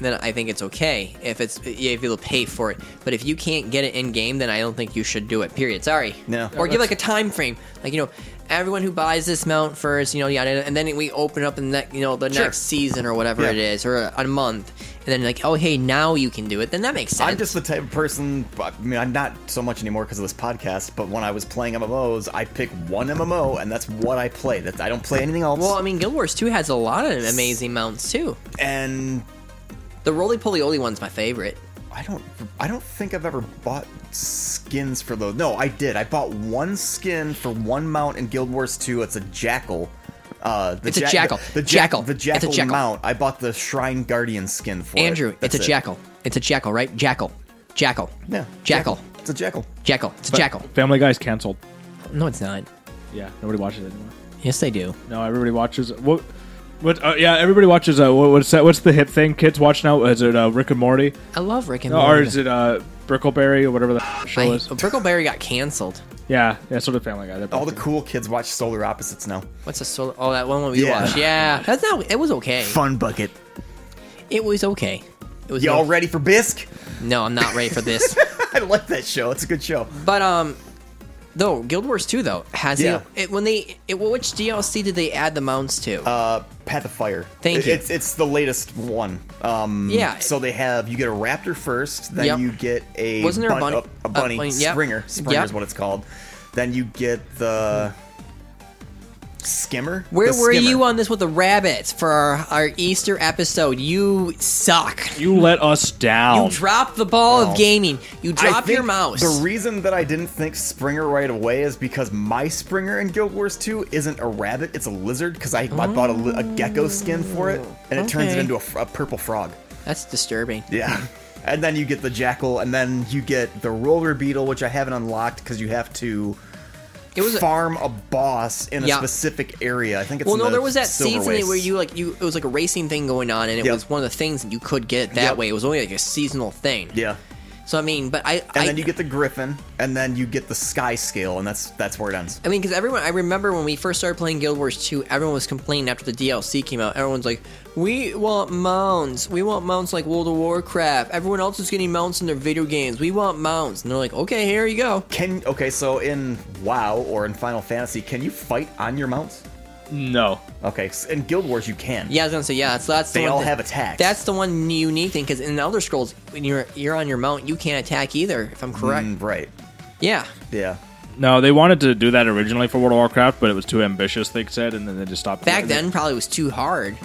Speaker 1: then I think it's okay. If it's yeah, if you'll pay for it, but if you can't get it in game, then I don't think you should do it. Period. Sorry.
Speaker 3: No.
Speaker 1: Or give
Speaker 2: that's-
Speaker 1: like a time frame, like you know, everyone who buys this mount first, you know, yada, and then we open up in that you know the
Speaker 3: Sure.
Speaker 1: next season or whatever
Speaker 3: Yeah.
Speaker 1: it is, or a, a month, and then like oh hey now you can do it. Then that makes sense.
Speaker 3: I'm just the type of person. I mean, I'm not so much anymore because of this podcast. But when I was playing MMOs, I pick one MMO and that's what I play. That I don't play anything else.
Speaker 1: well, I mean, Guild Wars 2 has a lot of amazing mounts too.
Speaker 3: and
Speaker 1: The roly poly oly one's my favorite.
Speaker 3: I don't I don't think I've ever bought skins for those. No, I did. I bought one skin for one mount in Guild Wars 2. It's a jackal. Uh, the
Speaker 1: It's a
Speaker 3: jack-
Speaker 1: jackal.
Speaker 3: The, the jack-
Speaker 1: Jackal.
Speaker 3: The
Speaker 1: It's a
Speaker 3: jackal,
Speaker 1: jackal.
Speaker 3: mount. I bought the Shrine Guardian skin for it.
Speaker 1: Andrew, it's
Speaker 3: That's
Speaker 1: a
Speaker 3: it.
Speaker 1: jackal. It's a jackal, right? Jackal, jackal,
Speaker 3: Yeah.
Speaker 1: jackal,
Speaker 3: It's a jackal.
Speaker 1: jackal. It's a
Speaker 2: but
Speaker 1: jackal.
Speaker 2: Family Guy's canceled.
Speaker 1: No, it's not.
Speaker 2: Yeah, nobody watches it anymore.
Speaker 1: Yes, they do.
Speaker 2: No, everybody watches what. What? Uh, yeah, everybody watches. Uh, what, what's that? What's the hip thing kids watch now? Is it uh, Rick and Morty,
Speaker 1: I love Rick and
Speaker 2: or
Speaker 1: Morty.
Speaker 2: is it uh, Brickleberry or whatever the f-
Speaker 1: I,
Speaker 2: show is?
Speaker 1: Brickleberry got canceled.
Speaker 2: Yeah, yeah, sort of Family Guy. They're
Speaker 3: All the
Speaker 2: both-
Speaker 3: cool kids watch Solar Opposites now.
Speaker 1: What's a solo? Oh, that one we
Speaker 3: Yeah.
Speaker 1: watched. Yeah, that's not. It was okay.
Speaker 3: Fun bucket.
Speaker 1: It was okay. It was
Speaker 3: Y'all
Speaker 1: no,
Speaker 3: ready for Bisque?
Speaker 1: no, I'm not ready for this.
Speaker 3: I like that show. It's a good show.
Speaker 1: but um, though Guild Wars 2 though has
Speaker 3: Yeah.
Speaker 1: the, it when they it, which DLC did they add the mounts to?
Speaker 3: Uh, Path of Fire.
Speaker 1: Thank
Speaker 3: It-
Speaker 1: you.
Speaker 3: It's it's the latest one. Um,
Speaker 1: Yeah.
Speaker 3: So they have you get a raptor first, then
Speaker 1: Yep.
Speaker 3: you get a
Speaker 1: Wasn't there a bunny-
Speaker 3: a, a
Speaker 1: a
Speaker 3: bunny
Speaker 1: bunny, yep.
Speaker 3: springer springer
Speaker 1: Yep.
Speaker 3: is what it's called. Then you get the skimmer.
Speaker 1: Where
Speaker 3: The
Speaker 1: were
Speaker 3: skimmer.
Speaker 1: you on this with the rabbits for our, our Easter episode? You suck.
Speaker 2: You let us down.
Speaker 1: You dropped the ball
Speaker 3: Wow.
Speaker 1: of gaming. You
Speaker 3: I
Speaker 1: dropped your
Speaker 3: think
Speaker 1: mouse.
Speaker 3: The reason that I didn't think Springer right away is because my Springer in Guild Wars 2 isn't a rabbit; it's a lizard. Because I, I bought a, li- a gecko skin for it, and it turns it
Speaker 1: Okay.
Speaker 3: into a, f- a purple frog.
Speaker 1: That's disturbing.
Speaker 3: Yeah. And then you get the jackal, and then you get the roller beetle, which I haven't unlocked because you have to
Speaker 1: It was a-
Speaker 3: farm a boss in a
Speaker 1: Yeah.
Speaker 3: specific area. I think it's
Speaker 1: Well,
Speaker 3: in
Speaker 1: no,
Speaker 3: the
Speaker 1: there was that
Speaker 3: Silver
Speaker 1: season
Speaker 3: Wastes.
Speaker 1: where you like you it was like a racing thing going on, and it
Speaker 3: Yep.
Speaker 1: was one of the things that you could get that
Speaker 3: Yep.
Speaker 1: way. It was only like a seasonal thing.
Speaker 3: yeah,
Speaker 1: So I mean, but I
Speaker 3: and
Speaker 1: I,
Speaker 3: then you get the griffin, and then you get the sky scale, and that's that's where it ends.
Speaker 1: I mean, because everyone, I remember when we first started playing Guild Wars 2, everyone was complaining after the DLC came out. Everyone's like, we want mounts. We want mounts like World of Warcraft. Everyone else is getting mounts in their video games. We want mounts. And they're like, okay, here you go.
Speaker 3: Can okay, so in WoW or in Final Fantasy, can you fight on your mounts?
Speaker 2: no.
Speaker 3: Okay, s- in Guild Wars you can.
Speaker 1: Yeah, I was gonna say yeah. That's that's
Speaker 3: They
Speaker 1: the one
Speaker 3: all
Speaker 1: that-
Speaker 3: have attacks.
Speaker 1: That's the one unique thing because in the Elder Scrolls, when you're you're on your mount, you can't attack either. If I'm correct,
Speaker 3: Mm, right.
Speaker 1: yeah.
Speaker 3: Yeah.
Speaker 2: No, they wanted to do that originally for World of Warcraft, but it was too ambitious, they said, and then they just stopped.
Speaker 1: Back then, probably was too hard.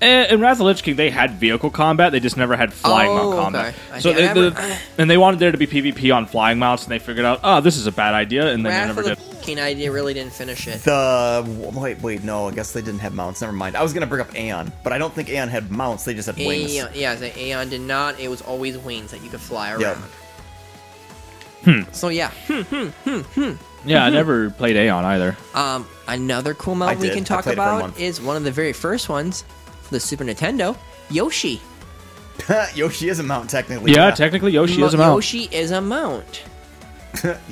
Speaker 2: Eh, in Wrath of the Lich King, they had vehicle combat. They just never had flying
Speaker 1: Oh,
Speaker 2: mount
Speaker 1: okay.
Speaker 2: combat.
Speaker 1: I
Speaker 2: So
Speaker 1: see. I
Speaker 2: they, the-
Speaker 1: remember-
Speaker 2: and they wanted there to be PvP on flying mounts, and they figured out, oh, this is a bad idea, and then they
Speaker 1: Wrath
Speaker 2: never
Speaker 1: of the
Speaker 2: did.
Speaker 1: King idea really didn't finish it.
Speaker 3: The wait, wait, no, I guess they didn't have mounts. Never mind. I was gonna bring up Aeon, but I don't think Aeon had mounts. They just had wings.
Speaker 1: Aeon, yeah, the Aeon did not. It was always wings that you could fly around.
Speaker 3: Yeah. Hmm.
Speaker 1: So yeah,
Speaker 2: Yeah, I never played Aeon either.
Speaker 1: um, another cool
Speaker 3: I
Speaker 1: mount we
Speaker 3: did.
Speaker 1: can
Speaker 3: I
Speaker 1: talk
Speaker 3: played it for a
Speaker 1: about
Speaker 3: month.
Speaker 1: is one of the very first ones for the Super Nintendo, Yoshi.
Speaker 3: Yoshi is a mount technically.
Speaker 2: Yeah, technically Yoshi
Speaker 1: Mo-
Speaker 2: is a mount.
Speaker 1: Yoshi is a mount.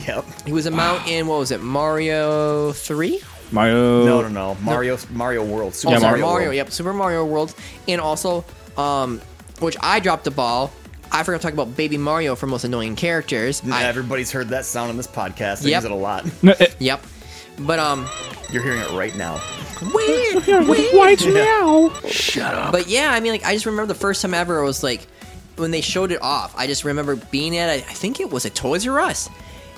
Speaker 3: yep.
Speaker 1: He was a mount in what was it, Mario Three?
Speaker 2: Mario.
Speaker 3: No, no, no. Mario, Mario World. Super
Speaker 2: Yeah,
Speaker 1: Also
Speaker 2: Mario
Speaker 1: Oh, Mario,
Speaker 3: World.
Speaker 1: yep, Super Mario World, and also, um, which I dropped the ball. I forgot to talk about Baby Mario for most annoying characters. I,
Speaker 3: Everybody's heard that sound on this podcast. I
Speaker 1: Yep.
Speaker 3: use it a lot.
Speaker 2: No, eh,
Speaker 1: yep, But um,
Speaker 3: You're hearing it right now.
Speaker 1: wait,
Speaker 2: White meow.
Speaker 1: But yeah, I mean, like I just remember the first time ever. I was like, when they showed it off, I just remember being at. I think it was a Toys R Us,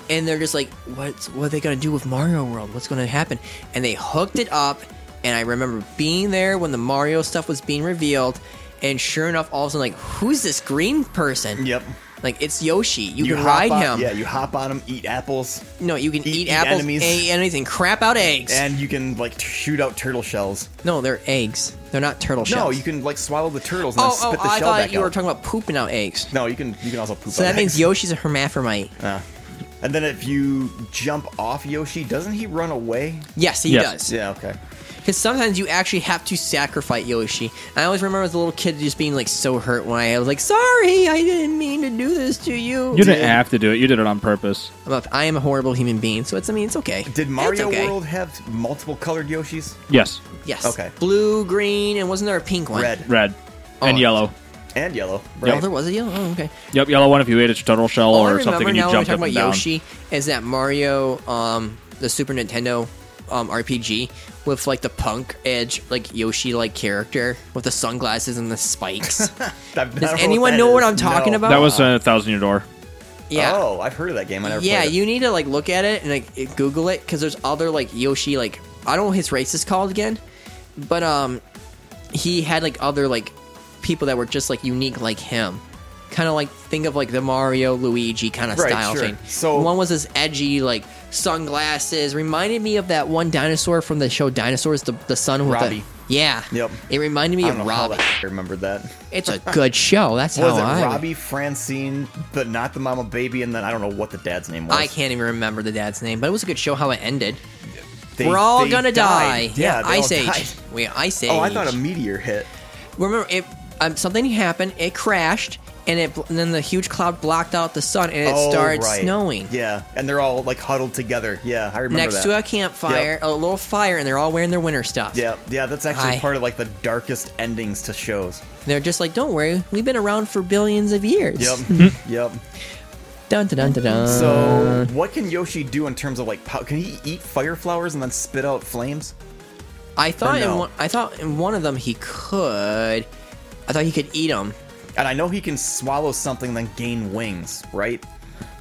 Speaker 1: and they're just like, "What's what are they gonna do with Mario World? What's gonna happen?" And they hooked it up, and I remember being there when the Mario stuff was being revealed, and sure enough, all of a sudden, like, who's this green person?
Speaker 3: Yep.
Speaker 1: Like it's Yoshi. You,
Speaker 3: You
Speaker 1: can
Speaker 3: hop
Speaker 1: ride
Speaker 3: on-
Speaker 1: him.
Speaker 3: Yeah, you hop on him, eat apples,
Speaker 1: No, you can
Speaker 3: Eat-
Speaker 1: eat,
Speaker 3: eat
Speaker 1: apples,
Speaker 3: enemies.
Speaker 1: a- enemies, and crap out eggs.
Speaker 3: and you can like t- shoot out turtle shells.
Speaker 1: no, they're eggs. They're not turtle shells.
Speaker 3: No, you can like swallow the turtles and
Speaker 1: Oh,
Speaker 3: then
Speaker 1: oh,
Speaker 3: spit the
Speaker 1: I
Speaker 3: shell
Speaker 1: thought
Speaker 3: back
Speaker 1: you
Speaker 3: out.
Speaker 1: were talking about pooping out eggs.
Speaker 3: no, you can you can also poop.
Speaker 1: So
Speaker 3: on
Speaker 1: that means
Speaker 3: eggs.
Speaker 1: Yoshi's a hermaphrodite.
Speaker 3: Yeah. Ah. And then if you jump off Yoshi, doesn't he run away?
Speaker 1: Yes, he
Speaker 2: Yes.
Speaker 1: does.
Speaker 3: Yeah. Okay.
Speaker 1: Because sometimes you actually have to sacrifice Yoshi. I always remember as a little kid just being like so hurt when I, I was like, "Sorry, I didn't mean to do this to you."
Speaker 2: You didn't have to do it. You did it on purpose.
Speaker 1: I'm a, I am a horrible human being, so it's. I mean, it's okay.
Speaker 3: Did
Speaker 1: It's
Speaker 3: Mario
Speaker 1: okay.
Speaker 3: World have multiple colored Yoshis?
Speaker 2: Yes.
Speaker 1: Yes.
Speaker 3: Okay.
Speaker 1: Blue, green, and wasn't there a pink one?
Speaker 3: Red
Speaker 2: Red and
Speaker 1: Oh.
Speaker 2: yellow.
Speaker 3: and yellow.
Speaker 1: Oh,
Speaker 3: Right?
Speaker 1: there was a yellow. Oh, okay.
Speaker 2: Yep, yellow one if you ate a turtle shell
Speaker 1: All Oh, I
Speaker 2: or
Speaker 1: remember
Speaker 2: something and you
Speaker 1: now
Speaker 2: jumped
Speaker 1: when
Speaker 2: up
Speaker 1: we're
Speaker 2: and
Speaker 1: talking
Speaker 2: down.
Speaker 1: about Yoshi is that Mario, um, the Super Nintendo um, RPG with like the punk edge, like Yoshi like character with the sunglasses and the spikes.
Speaker 3: I don't
Speaker 1: Does
Speaker 3: what
Speaker 1: anyone
Speaker 3: that
Speaker 1: know what
Speaker 3: is.
Speaker 1: I'm talking
Speaker 3: No.
Speaker 1: about?
Speaker 2: That was a thousand year door.
Speaker 1: yeah.
Speaker 3: Oh, I've heard of that game. I never
Speaker 1: yeah,
Speaker 3: played it.
Speaker 1: you need to like look at it and like it- Google it because there's other like Yoshi like I don't know what his race is called again, but um, he had like other like people that were just like unique like him, kind of like think of like the Mario Luigi kind of
Speaker 3: Right,
Speaker 1: style
Speaker 3: sure.
Speaker 1: thing.
Speaker 3: So-
Speaker 1: one was this edgy like sunglasses, reminded me of that one dinosaur from the show Dinosaurs, the the son with
Speaker 3: Robbie.
Speaker 1: the yeah.
Speaker 3: Yep.
Speaker 1: It reminded me
Speaker 3: I
Speaker 1: of
Speaker 3: don't know how
Speaker 1: Robbie.
Speaker 3: the heck I remembered that.
Speaker 1: It's a good show. That's
Speaker 3: Was
Speaker 1: how
Speaker 3: it
Speaker 1: I.
Speaker 3: Robbie, Francine, but not the mama baby, and then I don't know what the dad's name was.
Speaker 1: I can't even remember the dad's name, but it was a good show how it ended.
Speaker 3: They-
Speaker 1: We're all
Speaker 3: they
Speaker 1: gonna die.
Speaker 3: died.
Speaker 1: Yeah,
Speaker 3: Yeah, they
Speaker 1: Ice
Speaker 3: all
Speaker 1: Age.
Speaker 3: died.
Speaker 1: We Ice Age.
Speaker 3: Oh, I thought a meteor hit.
Speaker 1: Remember, it um, something happened. It crashed, and it bl- and then the huge cloud blocked out the sun, and it
Speaker 3: oh,
Speaker 1: started
Speaker 3: right.
Speaker 1: snowing.
Speaker 3: Yeah, and they're all like huddled together. Yeah, I remember
Speaker 1: Next
Speaker 3: that.
Speaker 1: to a campfire,
Speaker 3: Yep.
Speaker 1: a little fire, and they're all wearing their winter stuff.
Speaker 3: Yeah, yeah, that's actually
Speaker 1: Hi.
Speaker 3: part of like the darkest endings to shows.
Speaker 1: They're just like, don't worry, we've been around for billions of years.
Speaker 3: Yep, yep.
Speaker 1: Dun dun dun dun. dun. Uh,
Speaker 3: So, what can Yoshi do in terms of like? Pow- can he eat fire flowers and then spit out flames?
Speaker 1: I thought
Speaker 3: no.
Speaker 1: in one, I thought in one of them he could. I thought he could eat them.
Speaker 3: And I know he can swallow something and then gain wings, right?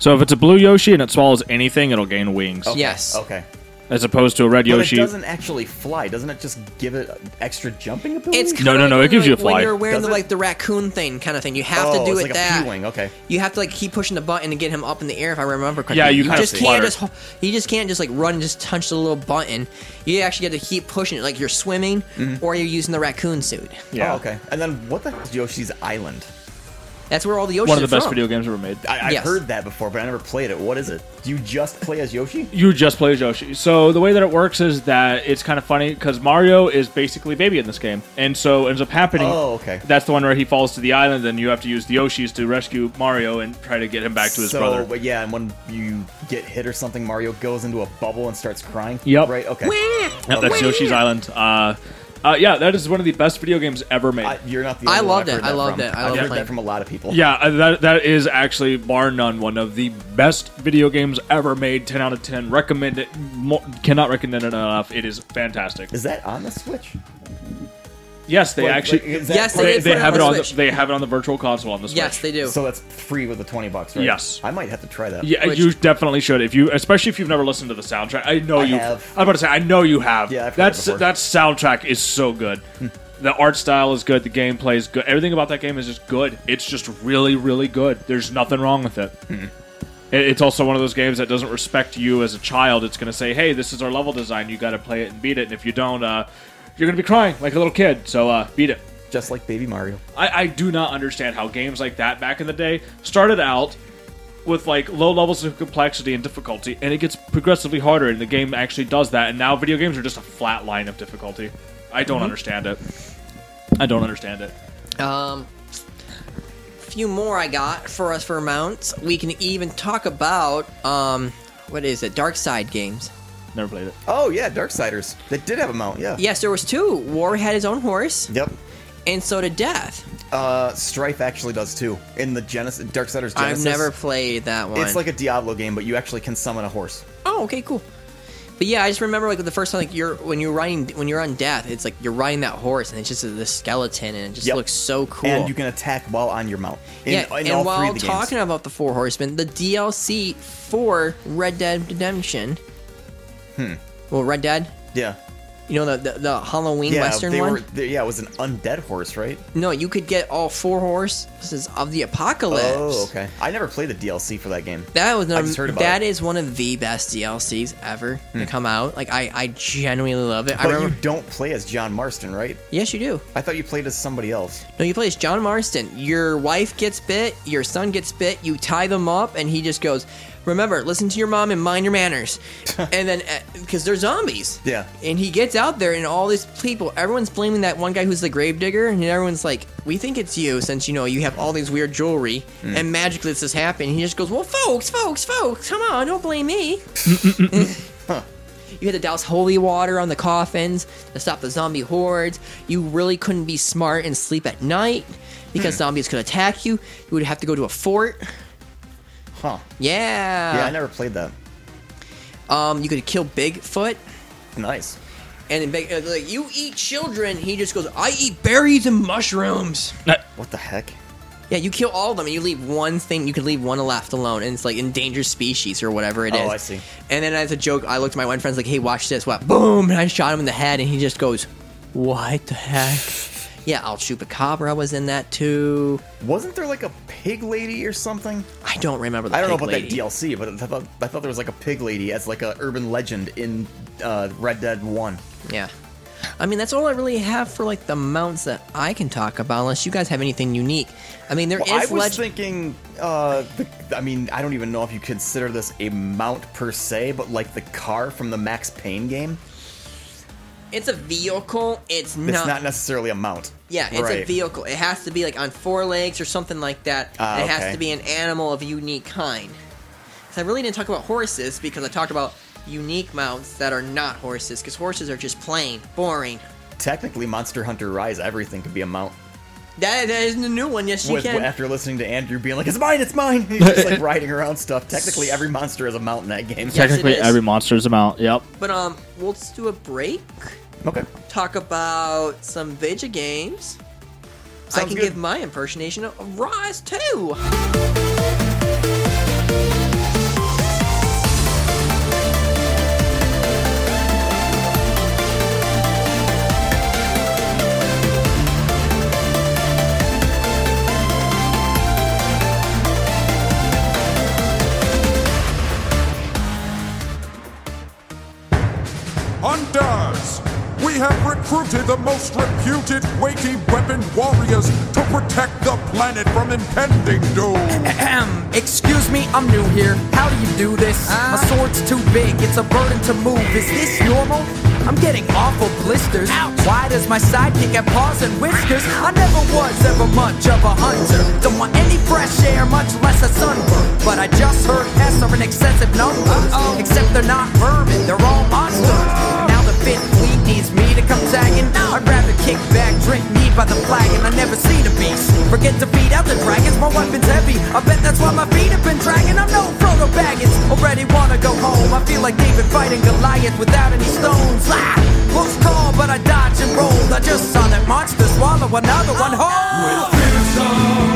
Speaker 2: So if it's a blue Yoshi and it swallows anything, it'll gain wings.
Speaker 3: Oh.
Speaker 1: Okay. Yes.
Speaker 3: Okay.
Speaker 2: As opposed to a red
Speaker 3: But
Speaker 2: Yoshi.
Speaker 3: it doesn't actually fly. Doesn't it just give it extra jumping ability?
Speaker 1: It's
Speaker 2: No,
Speaker 1: kinda
Speaker 2: no,
Speaker 1: like
Speaker 2: no, it
Speaker 1: when,
Speaker 2: gives you
Speaker 1: like,
Speaker 2: a
Speaker 1: When
Speaker 2: fly.
Speaker 1: you're wearing
Speaker 3: Does
Speaker 1: the,
Speaker 3: it?
Speaker 1: like the raccoon thing kind of thing, you have
Speaker 3: oh,
Speaker 1: to do
Speaker 3: it's
Speaker 1: it
Speaker 3: like
Speaker 1: that.
Speaker 3: a P-wing. Okay.
Speaker 1: You have to like keep pushing the button to get him up in the air. If I remember correctly.
Speaker 2: Yeah, you kinda
Speaker 1: just can't
Speaker 2: flutter.
Speaker 1: just ho- you just can't just like run and just punch the little button. You actually got to keep pushing it. Like you're swimming
Speaker 2: Mm-hmm.
Speaker 1: or you're using the raccoon suit.
Speaker 2: yeah.
Speaker 3: Oh, okay. And then what the heck is Yoshi's Island?
Speaker 1: That's where all the Yoshis
Speaker 2: One of the
Speaker 1: are
Speaker 2: best
Speaker 1: from.
Speaker 2: video games ever made.
Speaker 3: I, I've
Speaker 1: Yes.
Speaker 3: heard that before, but I never played it. What is it? Do you just play as Yoshi?
Speaker 2: You just play as Yoshi. So the way that it works is that it's kind of funny because Mario is basically baby in this game, and so ends up happening.
Speaker 3: Oh, okay.
Speaker 2: That's the one where he falls to the island, and you have to use the Yoshis to rescue Mario and try to get him back to his
Speaker 3: so,
Speaker 2: brother.
Speaker 3: but yeah, and when you get hit or something, Mario goes into a bubble and starts crying.
Speaker 2: Yep.
Speaker 3: Right. Okay.
Speaker 2: Yep, that's Yoshi's Island. Uh, uh, yeah, that is one of the best video games ever made.
Speaker 3: I, you're not the.
Speaker 1: I
Speaker 3: Only one
Speaker 1: loved
Speaker 3: I've
Speaker 1: it.
Speaker 3: heard
Speaker 1: I
Speaker 3: that
Speaker 1: loved
Speaker 3: from.
Speaker 1: it. I
Speaker 3: I've
Speaker 1: loved
Speaker 3: heard
Speaker 1: playing.
Speaker 3: that from a lot of people.
Speaker 2: yeah, uh, that that is actually bar none one of the best video games ever made. Ten out of ten. Recommend it. Mo- cannot recommend it enough. It is fantastic.
Speaker 3: Is that on the Switch?
Speaker 2: Yes, they
Speaker 3: Like-
Speaker 2: actually.
Speaker 3: like, is that-
Speaker 1: Yes,
Speaker 2: they,
Speaker 1: did
Speaker 2: they
Speaker 1: put it
Speaker 2: have
Speaker 1: on
Speaker 2: it
Speaker 1: the
Speaker 2: on. The,
Speaker 1: Switch.
Speaker 2: they have it on the virtual console on the Switch.
Speaker 1: Yes, they do.
Speaker 3: So that's free with the twenty bucks, right?
Speaker 2: Yes.
Speaker 3: I might have to try that.
Speaker 2: Yeah,
Speaker 1: Which-
Speaker 2: you definitely should. If you, especially if you've never listened to the soundtrack, I know
Speaker 3: I
Speaker 2: you.
Speaker 3: have.
Speaker 2: I'm about to say, I know you have.
Speaker 3: Yeah, I've heard it
Speaker 2: that's
Speaker 3: before. Hmm.
Speaker 2: that soundtrack is so good. the art style is good. The gameplay is good. Everything about that game is just good. It's just really, really good. There's nothing wrong with it.
Speaker 3: Hmm.
Speaker 2: It- It's also one of those games that doesn't respect you as a child. It's going to say, "Hey, this is our level design. You got to play it and beat it. And if you don't, uh, you're going to be crying like a little kid. So uh, beat it."
Speaker 3: Just like Baby Mario.
Speaker 2: I, I do not understand how games like that back in the day started out with like low levels of complexity and difficulty, and it gets progressively harder, and the game actually does that. And now video games are just a flat line of difficulty. I
Speaker 1: Mm-hmm.
Speaker 2: don't understand it. I don't understand it.
Speaker 1: Um, few more I got for us for mounts. We can even talk about um, what is it? Dark Side games.
Speaker 2: Never played it.
Speaker 3: Oh yeah, Darksiders. That did have a mount. Yeah.
Speaker 1: Yes, there was two. War had his own horse,
Speaker 3: Yep.
Speaker 1: and so did Death.
Speaker 3: Uh, Strife actually does too. In the Genesis, Darksiders Genesis.
Speaker 1: I've never played that one.
Speaker 3: It's like a Diablo game, but you actually can summon a horse.
Speaker 1: oh, okay, cool. But yeah, I just remember like the first time like you're when you're riding when you're on death, it's like you're riding that horse and it's just the skeleton and it just
Speaker 3: Yep.
Speaker 1: looks so cool.
Speaker 3: And you can attack while on your mount. In,
Speaker 1: yeah,
Speaker 3: in
Speaker 1: and
Speaker 3: all
Speaker 1: while
Speaker 3: three of the games.
Speaker 1: talking about the Four Horsemen, the DLC for Red Dead Redemption. Hmm. Well, Red Dead,
Speaker 3: Yeah.
Speaker 1: you know the the, the Halloween
Speaker 3: Yeah,
Speaker 1: Western
Speaker 3: they
Speaker 1: one.
Speaker 3: were. They, yeah, it was an undead horse, right?
Speaker 1: No, you could get all four horses of the apocalypse.
Speaker 3: Oh, okay. I never played the DLC for that game.
Speaker 1: That was
Speaker 3: I just heard
Speaker 1: num-
Speaker 3: about
Speaker 1: that
Speaker 3: it. Hmm.
Speaker 1: is one of the best DLCs ever to come out. Like I, I genuinely love it. I
Speaker 3: But
Speaker 1: remember.
Speaker 3: you don't play as John Marston, right?
Speaker 1: yes, you do.
Speaker 3: I thought you played as somebody else.
Speaker 1: No, you play as John Marston. Your wife gets bit. Your son gets bit. You tie them up, and he just goes, "Remember, listen to your mom and mind your manners." and then, because they're zombies.
Speaker 3: Yeah.
Speaker 1: And he gets out there, and all these people, everyone's blaming that one guy who's the gravedigger, and everyone's like, "We think it's you, since you know you have all these weird jewelry,
Speaker 3: Hmm.
Speaker 1: and magically this has happened." And he just goes, "Well, folks, folks, folks, come on, don't blame me." You had to douse holy water on the coffins to stop the zombie hordes. You really couldn't be smart and sleep at night because
Speaker 3: Hmm.
Speaker 1: zombies could attack you. You would have to go to a fort.
Speaker 3: Huh. Yeah, I
Speaker 1: Yeah.
Speaker 3: never played that.
Speaker 1: um, you could kill Bigfoot.
Speaker 3: Nice.
Speaker 1: And then Big, uh, like, you eat children. He just goes, I eat berries and mushrooms.
Speaker 2: Uh,
Speaker 3: What the heck?
Speaker 1: Yeah, you kill all of them and you leave one thing. You can leave one left alone, and it's like endangered species or whatever it is.
Speaker 3: Oh, I see.
Speaker 1: And then as a joke, I looked at my one friend's like, "Hey, watch this!" What? Boom! And I shot him in the head, and he just goes, "What the heck?" yeah, Al Chupacabra was in that too.
Speaker 3: Wasn't there like a pig lady or something?
Speaker 1: I don't remember. The
Speaker 3: I don't know
Speaker 1: pig
Speaker 3: about
Speaker 1: lady.
Speaker 3: that DLC, but I thought, I thought there was like a pig lady as like a urban legend in uh, Red Dead One.
Speaker 1: Yeah. I mean, that's all I really have for like the mounts that I can talk about, unless you guys have anything unique. I mean, there is
Speaker 3: Well, I was
Speaker 1: legend.
Speaker 3: thinking. Uh, the, I mean, I don't even know if you consider this a mount per se, but like the car from the Max Payne game.
Speaker 1: it's a vehicle. It's
Speaker 3: It's
Speaker 1: not.
Speaker 3: not necessarily a mount.
Speaker 1: Yeah, it's a
Speaker 3: Right.
Speaker 1: vehicle. It has to be like on four legs or something like that.
Speaker 3: Ah,
Speaker 1: and it has
Speaker 3: okay.
Speaker 1: to be an animal of unique kind. So I really didn't talk about horses because I talked about unique mounts that are not horses because horses are just plain boring.
Speaker 3: Technically, Monster Hunter Rise, everything could be a mount.
Speaker 1: That, that isn't a new one. Yes, you
Speaker 3: With,
Speaker 1: can.
Speaker 3: after listening to Andrew being like, "It's mine, it's mine," he's just like riding around stuff. Technically, every monster is a mount in that game.
Speaker 1: Yes, it
Speaker 2: Technically,
Speaker 1: is.
Speaker 2: every monster's a mount. Yep.
Speaker 1: But um, we'll just do a break.
Speaker 3: Okay.
Speaker 1: Talk about some video games. I
Speaker 3: Sounds
Speaker 1: can
Speaker 3: good.
Speaker 1: give my impersonation of Rise too.
Speaker 4: Hunters! We have recruited the most reputed weighty weapon warriors to protect the planet from impending doom.
Speaker 5: Ahem. Excuse me, I'm new here. How do you do this? My sword's too big, it's a burden to move. Is this normal? I'm getting awful blisters. Why does my sidekick have paws and whiskers? I never was ever much of a hunter. Don't want any fresh air, much less a sunburn. But I just heard pests are an excessive number. Except they're not vermin, they're all monsters. Now the fifth fleet needs me to come tagging. I'd rather kick back, drink mead by the flag, and I never see the beast. Forget to feed other dragons, my weapon's heavy. I bet that's why my feet have been dragging. I'm no Frodo Baggins, already wanna go home. I feel like David fighting Goliath without any stones. Ah, close call, but I dodge and rolled. I just saw that monster swallow another one whole.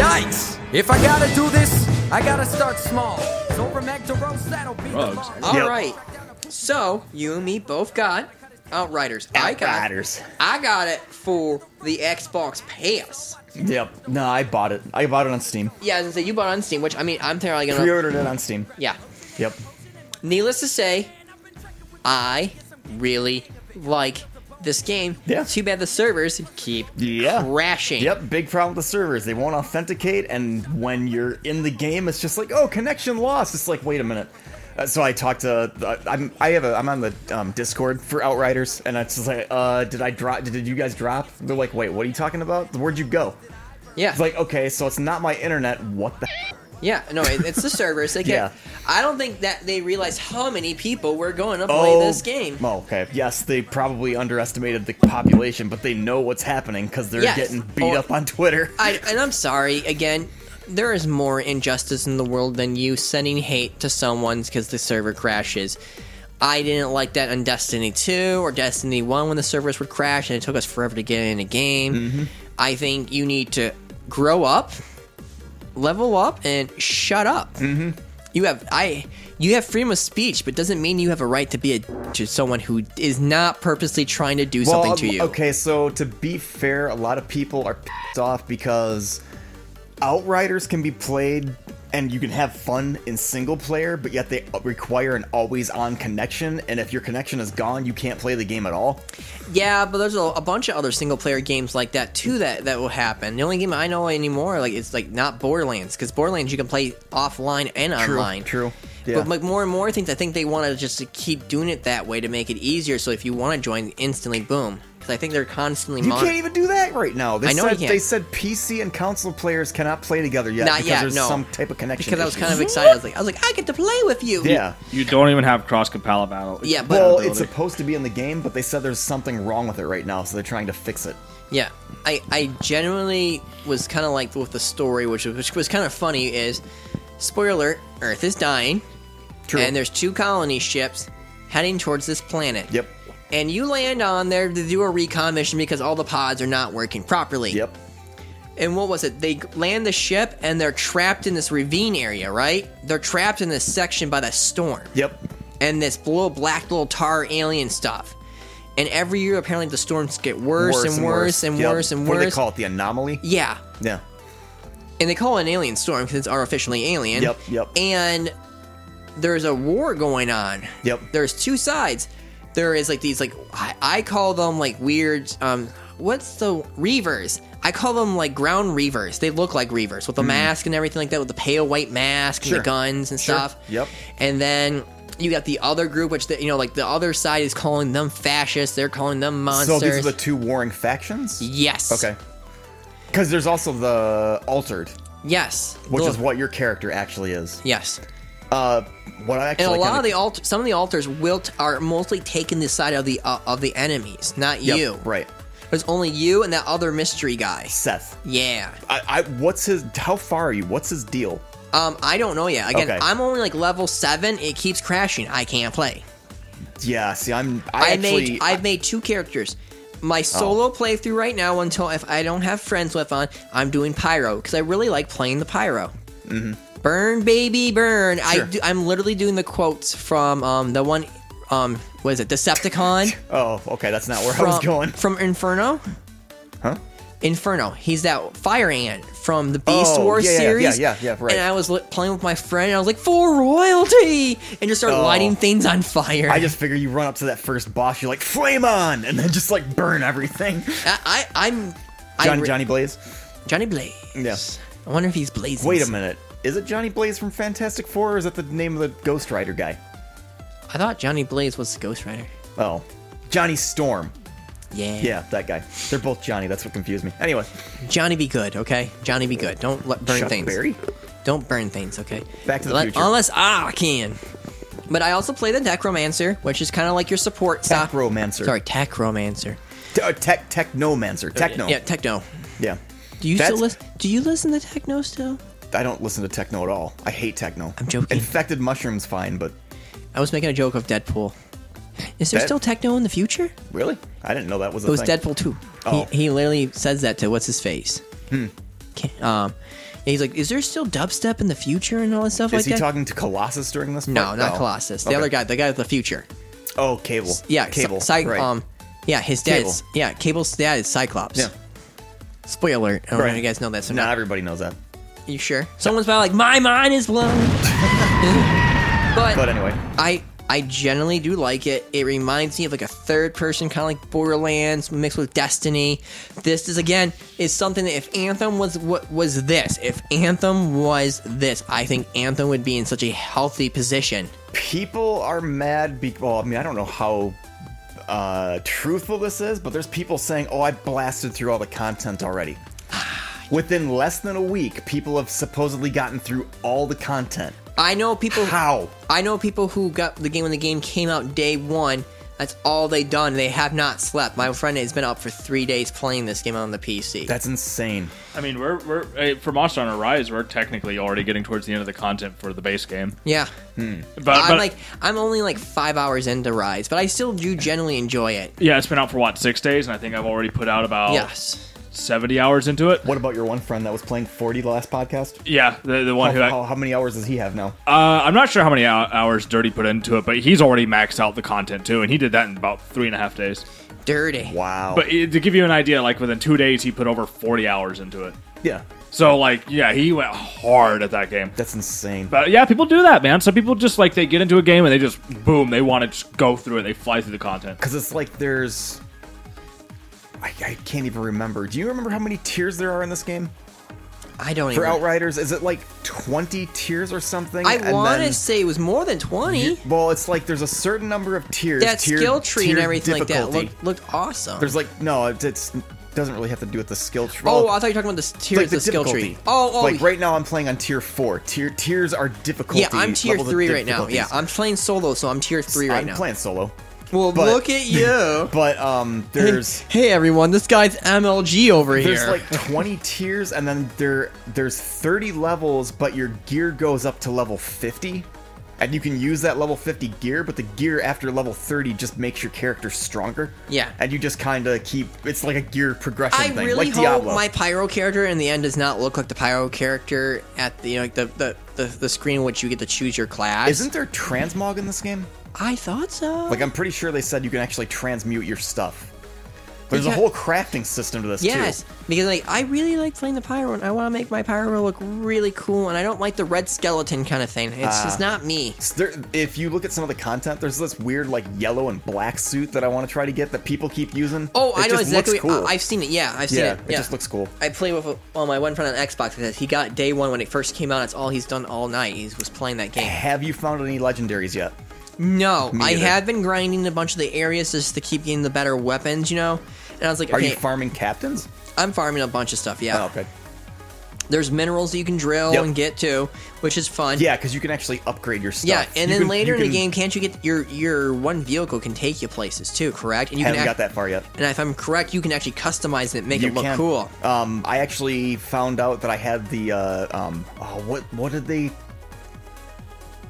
Speaker 5: Yikes! If I gotta do this, I gotta start small. So from egg to roast, that'll be
Speaker 2: Drugs.
Speaker 5: the
Speaker 1: All
Speaker 3: Yep.
Speaker 1: right. So you and me both got Outriders. I got
Speaker 3: Outriders.
Speaker 1: I got it for the Xbox Pass.
Speaker 3: Yep. No, I bought it. I bought it on Steam.
Speaker 1: Yeah, I was gonna say you bought it on Steam, which I mean I'm probably gonna
Speaker 3: Pre-ordered it on Steam.
Speaker 1: Yeah.
Speaker 3: Yep.
Speaker 1: Needless to say, I really like this game.
Speaker 3: Yeah.
Speaker 1: Too bad the servers keep
Speaker 3: Yeah.
Speaker 1: crashing.
Speaker 3: Yep, big problem with the servers. They won't authenticate, and when you're in the game, it's just like, oh, connection lost. It's like, wait a minute. Uh, so I talked to uh, I'm I have a I'm on the um, Discord for Outriders, and it's just like, uh, did I drop? Did you guys drop? They're like, wait, what are you talking about? Where'd you go?
Speaker 1: Yeah.
Speaker 3: It's like, okay, so it's not my internet. What the?
Speaker 1: Yeah, no, it, it's the servers. They can't.
Speaker 3: Yeah.
Speaker 1: I don't think that they realize how many people were going to play this game.
Speaker 3: Oh, okay. Yes, they probably underestimated the population, but they know what's happening because they're
Speaker 1: Yes.
Speaker 3: getting beat
Speaker 1: Oh.
Speaker 3: up on Twitter.
Speaker 1: I, and I'm sorry again. There is more injustice in the world than you sending hate to someone's because the server crashes. I didn't like that on Destiny 2 or Destiny 1 when the servers would crash and it took us forever to get in a game. I think you need to grow up, level up, and shut up. Mm-hmm. You have I you have freedom of speech, but doesn't mean you have a right to be a to someone who is not purposely trying to do something to you.
Speaker 3: um, Okay, so to be fair, a lot of people are pissed off because Outriders can be played and you can have fun in single player, but yet they require an always on connection. And if your connection is gone, you can't play the game at all.
Speaker 1: Yeah, but there's a, a bunch of other single player games like that too that that will happen. The only game I know anymore like it's like not Borderlands because Borderlands you can play offline and online.
Speaker 3: True. Yeah.
Speaker 1: But like more and more things, I think they want to just to keep doing it that way to make it easier. So if you want to join, instantly boom. Because I think they're constantly
Speaker 3: you
Speaker 1: mon-
Speaker 3: can't even do that right now. They
Speaker 1: I know you
Speaker 3: said,
Speaker 1: can't.
Speaker 3: They said PC and console players cannot play together yet
Speaker 1: Not
Speaker 3: because
Speaker 1: yet,
Speaker 3: there's
Speaker 1: no.
Speaker 3: some type of connection.
Speaker 1: because I was
Speaker 3: issue.
Speaker 1: kind of excited. I was like, I was like, I get to play with you.
Speaker 3: yeah.
Speaker 2: You don't even have cross compatibility.
Speaker 1: Yeah, but
Speaker 3: Well, it's
Speaker 2: Compatibility.
Speaker 3: supposed to be in the game, but they said there's something wrong with it right now, so they're trying to fix it.
Speaker 1: Yeah, I I genuinely was kind of like with the story, which was, which was kind of funny. Is spoiler alert, Earth is dying,
Speaker 3: True.
Speaker 1: and there's two colony ships heading towards this planet.
Speaker 3: Yep.
Speaker 1: And you land on there to do a recon mission because all the pods are not working properly.
Speaker 3: Yep.
Speaker 1: And what was it? They land the ship and they're trapped in this ravine area, right? They're trapped in this section by that storm
Speaker 3: Yep.
Speaker 1: and this little black little tar alien stuff. And every year, apparently, the storms get worse, and worse and
Speaker 3: Yep.
Speaker 1: worse and
Speaker 3: What do they
Speaker 1: worse.
Speaker 3: call it? The anomaly?
Speaker 1: Yeah.
Speaker 3: Yeah.
Speaker 1: And they call it an alien storm because it's artificially alien.
Speaker 3: Yep, yep.
Speaker 1: And there's a war going on.
Speaker 3: Yep.
Speaker 1: There's two sides. There is like these like I, I call them like weird um what's the reavers? I call them like ground reavers. They look like reavers with the mask and everything like that with the pale white mask and
Speaker 3: Mm-hmm. Sure.
Speaker 1: the guns and stuff.
Speaker 3: Yep.
Speaker 1: And then you got the other group which the, you know like the other side is calling them fascists. They're calling them
Speaker 3: So
Speaker 1: monsters.
Speaker 3: these are the two warring factions?
Speaker 1: yes.
Speaker 3: Okay. Because there's also the altered,
Speaker 1: Yes.
Speaker 3: which
Speaker 1: The-
Speaker 3: is what your character actually is.
Speaker 1: Yes.
Speaker 3: Uh, what I actually
Speaker 1: And a lot
Speaker 3: kinda-
Speaker 1: of the alt- some of the altars will t- are mostly taking the side of the uh, of the enemies, not
Speaker 3: Yep,
Speaker 1: you.
Speaker 3: right?
Speaker 1: There's only you and that other mystery guy.
Speaker 3: Seth.
Speaker 1: Yeah.
Speaker 3: I, I what's his? How far are you? What's his deal?
Speaker 1: Um, I don't know yet. Again,
Speaker 3: Okay.
Speaker 1: I'm only like level seven. It keeps crashing. I can't play.
Speaker 3: Yeah. See, I'm. I, Oh.
Speaker 1: I,
Speaker 3: actually.
Speaker 1: made I've made two characters. My solo playthrough right now until if I don't have friends with on, I'm doing pyro because I really like playing the pyro. Mm-hmm. Burn baby burn. I
Speaker 3: Sure.
Speaker 1: do, I'm literally doing the quotes from um the one um what is it Decepticon.
Speaker 3: oh, okay. That's not where
Speaker 1: from,
Speaker 3: I was going.
Speaker 1: from Inferno.
Speaker 3: Huh?
Speaker 1: Inferno. He's that fire ant from the Beast
Speaker 3: Oh,
Speaker 1: War
Speaker 3: yeah, yeah,
Speaker 1: series.
Speaker 3: yeah, yeah, yeah, right.
Speaker 1: And I was li- playing with my friend, and I was like, "For royalty!" and just started
Speaker 3: Oh.
Speaker 1: lighting things on fire.
Speaker 3: I just figure you run up to that first boss, you're like flame on, and then just like burn everything.
Speaker 1: I, I I'm I
Speaker 3: Johnny,
Speaker 1: re-
Speaker 3: Johnny Blaze.
Speaker 1: Johnny Blaze.
Speaker 3: Yeah.
Speaker 1: I wonder if he's blazing.
Speaker 3: Wait a minute. Is it Johnny Blaze from Fantastic Four, or is that the name of the Ghost Rider guy?
Speaker 1: I thought Johnny Blaze was the Ghost Rider.
Speaker 3: Oh, Johnny Storm.
Speaker 1: Yeah.
Speaker 3: Yeah, that guy. They're both Johnny. That's what confused me. Anyway,
Speaker 1: Johnny be good, okay? Johnny be good. Don't let burn
Speaker 3: Chuck
Speaker 1: things.
Speaker 3: Berry.
Speaker 1: Don't burn things, okay?
Speaker 3: Back to the future.
Speaker 1: Unless ah, I can. But I also play the Necromancer, which is kind of like your support stuff.
Speaker 3: Techromancer.
Speaker 1: Sorry, Techromancer.
Speaker 3: Te- uh, tech technomancer. Techno.
Speaker 1: Yeah, techno.
Speaker 3: Yeah.
Speaker 1: Do you still
Speaker 3: That's-
Speaker 1: listen? Do you listen to techno still?
Speaker 3: I don't listen to techno at all. I hate techno.
Speaker 1: I'm joking.
Speaker 3: Infected mushrooms, fine, but
Speaker 1: I was making a joke of Deadpool. Is there
Speaker 3: That-
Speaker 1: still techno in the future?
Speaker 3: really, I didn't know that was a
Speaker 1: It was
Speaker 3: thing.
Speaker 1: Deadpool too.
Speaker 3: Oh.
Speaker 1: He, he literally says that to what's his face. Hmm. Um, and he's like, "Is there still dubstep in the future and all that stuff
Speaker 3: Is
Speaker 1: like
Speaker 3: he
Speaker 1: that?"
Speaker 3: talking to Colossus during this?
Speaker 1: no,
Speaker 3: part?
Speaker 1: not
Speaker 3: Oh.
Speaker 1: Colossus. The
Speaker 3: Okay.
Speaker 1: other guy, the guy with the future.
Speaker 3: Oh, Cable.
Speaker 1: Yeah,
Speaker 3: Cable.
Speaker 1: Cy-
Speaker 3: right.
Speaker 1: Um, yeah, his dad.
Speaker 3: Cable.
Speaker 1: Is, yeah, Cable's dad is Cyclops.
Speaker 3: Yeah.
Speaker 1: Spoiler alert. I don't know
Speaker 3: Right.
Speaker 1: if you guys know that. So
Speaker 3: not
Speaker 1: not
Speaker 3: everybody knows that.
Speaker 1: you sure? Someone's probably like, "My mind is blown."
Speaker 3: But anyway,
Speaker 1: I I generally do like it. It reminds me of like a third person kind of like Borderlands mixed with Destiny. This is again is something that if Anthem was what was this, if Anthem was this, I think Anthem would be in such a healthy position.
Speaker 3: people are mad. Be- well, I mean, I don't know how uh, truthful this is, but there's people saying, "Oh, I blasted through all the content already." Within less than a week, people have supposedly gotten through all the content.
Speaker 1: I know people.
Speaker 3: How?
Speaker 1: I know people who got the game when the game came out day one. That's all they done. They have not slept. My friend has been up for three days playing this game on the PC.
Speaker 3: That's insane.
Speaker 2: I mean, we're, we're eh, for Monster Hunter Rise, we're technically already getting towards the end of the content for the base game.
Speaker 1: yeah.
Speaker 2: But,
Speaker 1: I'm
Speaker 2: but-
Speaker 1: like I'm only like five hours into Rise, but I still do generally enjoy it.
Speaker 2: yeah, it's been out for what six days, and I think I've already put out about
Speaker 1: Yes.
Speaker 2: seventy hours into it.
Speaker 3: What about your one friend that was playing 40 the last podcast?
Speaker 2: Yeah, the, the one
Speaker 3: How,
Speaker 2: who I,
Speaker 3: how, how many hours does he have now?
Speaker 2: uh, I'm not sure how many hou- hours Dirty put into it, but he's already maxed out the content too, and he did that in about three and a half days.
Speaker 1: Dirty.
Speaker 3: Wow.
Speaker 2: But eh, to give you an idea, like within two days, he put over forty hours into it.
Speaker 3: yeah,
Speaker 2: So like, yeah, he went hard at that game.
Speaker 3: that's insane.
Speaker 2: But yeah, people do that, man. Some people just like they get into a game and they just boom, they want to just go through it. They fly through the content.
Speaker 3: Because it's like there's. I, I can't even remember. Do you remember how many tiers there are in this game?
Speaker 1: I don't
Speaker 3: For
Speaker 1: even.
Speaker 3: Outriders, is it like 20 tiers or something?
Speaker 1: I
Speaker 3: And
Speaker 1: want to
Speaker 3: then-
Speaker 1: say it was more than twenty.
Speaker 3: Well, it's like there's a certain number of tiers.
Speaker 1: That
Speaker 3: tiered-
Speaker 1: skill tree and
Speaker 3: tiered
Speaker 1: everything like that
Speaker 3: difficulty.
Speaker 1: looked, looked awesome.
Speaker 3: There's like no, it's, it's doesn't really have to do with the skill tree.
Speaker 1: oh,
Speaker 3: Well,
Speaker 1: I thought you were talking about the
Speaker 3: it's
Speaker 1: tiers, the, skill tree. Oh, oh,
Speaker 3: like right now I'm playing on tier four. Tier tiers are difficult.
Speaker 1: yeah, I'm tier three right now. Yeah, I'm playing solo, so I'm tier three right
Speaker 3: I'm
Speaker 1: now.
Speaker 3: playing solo,
Speaker 1: well,
Speaker 3: but-
Speaker 1: look at you.
Speaker 3: but um, there's
Speaker 1: hey, everyone, this guy's MLG over
Speaker 3: there's
Speaker 1: here.
Speaker 3: like 20 tiers, and then there there's 30 levels, but your gear goes up to level 50. And you can use that level 50 gear, but the gear after level 30 just makes your character stronger.
Speaker 1: Yeah.
Speaker 3: And you just kind of keep. It's like a gear progression
Speaker 1: I
Speaker 3: thing,
Speaker 1: really
Speaker 3: like
Speaker 1: hope
Speaker 3: Diablo.
Speaker 1: my pyro character in the end does not look like the pyro character at the you know, like the, the, the, the screen in which you get to choose your class.
Speaker 3: Isn't there transmog in this game?
Speaker 1: I thought so.
Speaker 3: Like I'm pretty sure they said you can actually transmute your stuff. There's
Speaker 1: Because-
Speaker 3: a whole crafting system to this
Speaker 1: Yes,
Speaker 3: too.
Speaker 1: because like I really like playing the pyro, and I want to make my pyro look really cool, and I don't like the red skeleton kind of thing. It's just
Speaker 3: Ah.
Speaker 1: not me.
Speaker 3: S- There, if you look at some of the content, there's this weird like yellow and black suit that I want to try to get that people keep using.
Speaker 1: Oh,
Speaker 3: It
Speaker 1: I know
Speaker 3: just
Speaker 1: exactly.
Speaker 3: Looks cool.
Speaker 1: I, have seen it. Yeah, I've seen
Speaker 3: yeah,
Speaker 1: it. Yeah,
Speaker 3: just looks cool.
Speaker 1: I play with well, my one friend on Xbox because he got day one when it first came out. That's all he's done all night. He was playing that game.
Speaker 3: Have you found any legendaries yet?
Speaker 1: No, I
Speaker 3: neither.
Speaker 1: have been grinding a bunch of the areas just to keep getting the better weapons, you know. And I was like,
Speaker 3: Are
Speaker 1: okay, Uh,
Speaker 3: you farming captains?
Speaker 1: I'm farming a bunch of stuff. Yeah,
Speaker 3: Oh, okay.
Speaker 1: there's minerals that you can drill
Speaker 3: Yep.
Speaker 1: and get to, which is fun.
Speaker 3: Yeah, because you can actually upgrade your stuff.
Speaker 1: Yeah, and
Speaker 3: You
Speaker 1: then
Speaker 3: can-
Speaker 1: later in
Speaker 3: you
Speaker 1: the
Speaker 3: can-
Speaker 1: game, can't you get your your one vehicle can take you places too? Correct? And you
Speaker 3: Haven't
Speaker 1: can
Speaker 3: got that far yet.
Speaker 1: And if I'm correct, you can actually customize it, and make
Speaker 3: you
Speaker 1: it look
Speaker 3: can.
Speaker 1: cool.
Speaker 3: Um, I actually found out that I had the uh, um, oh, what what did they?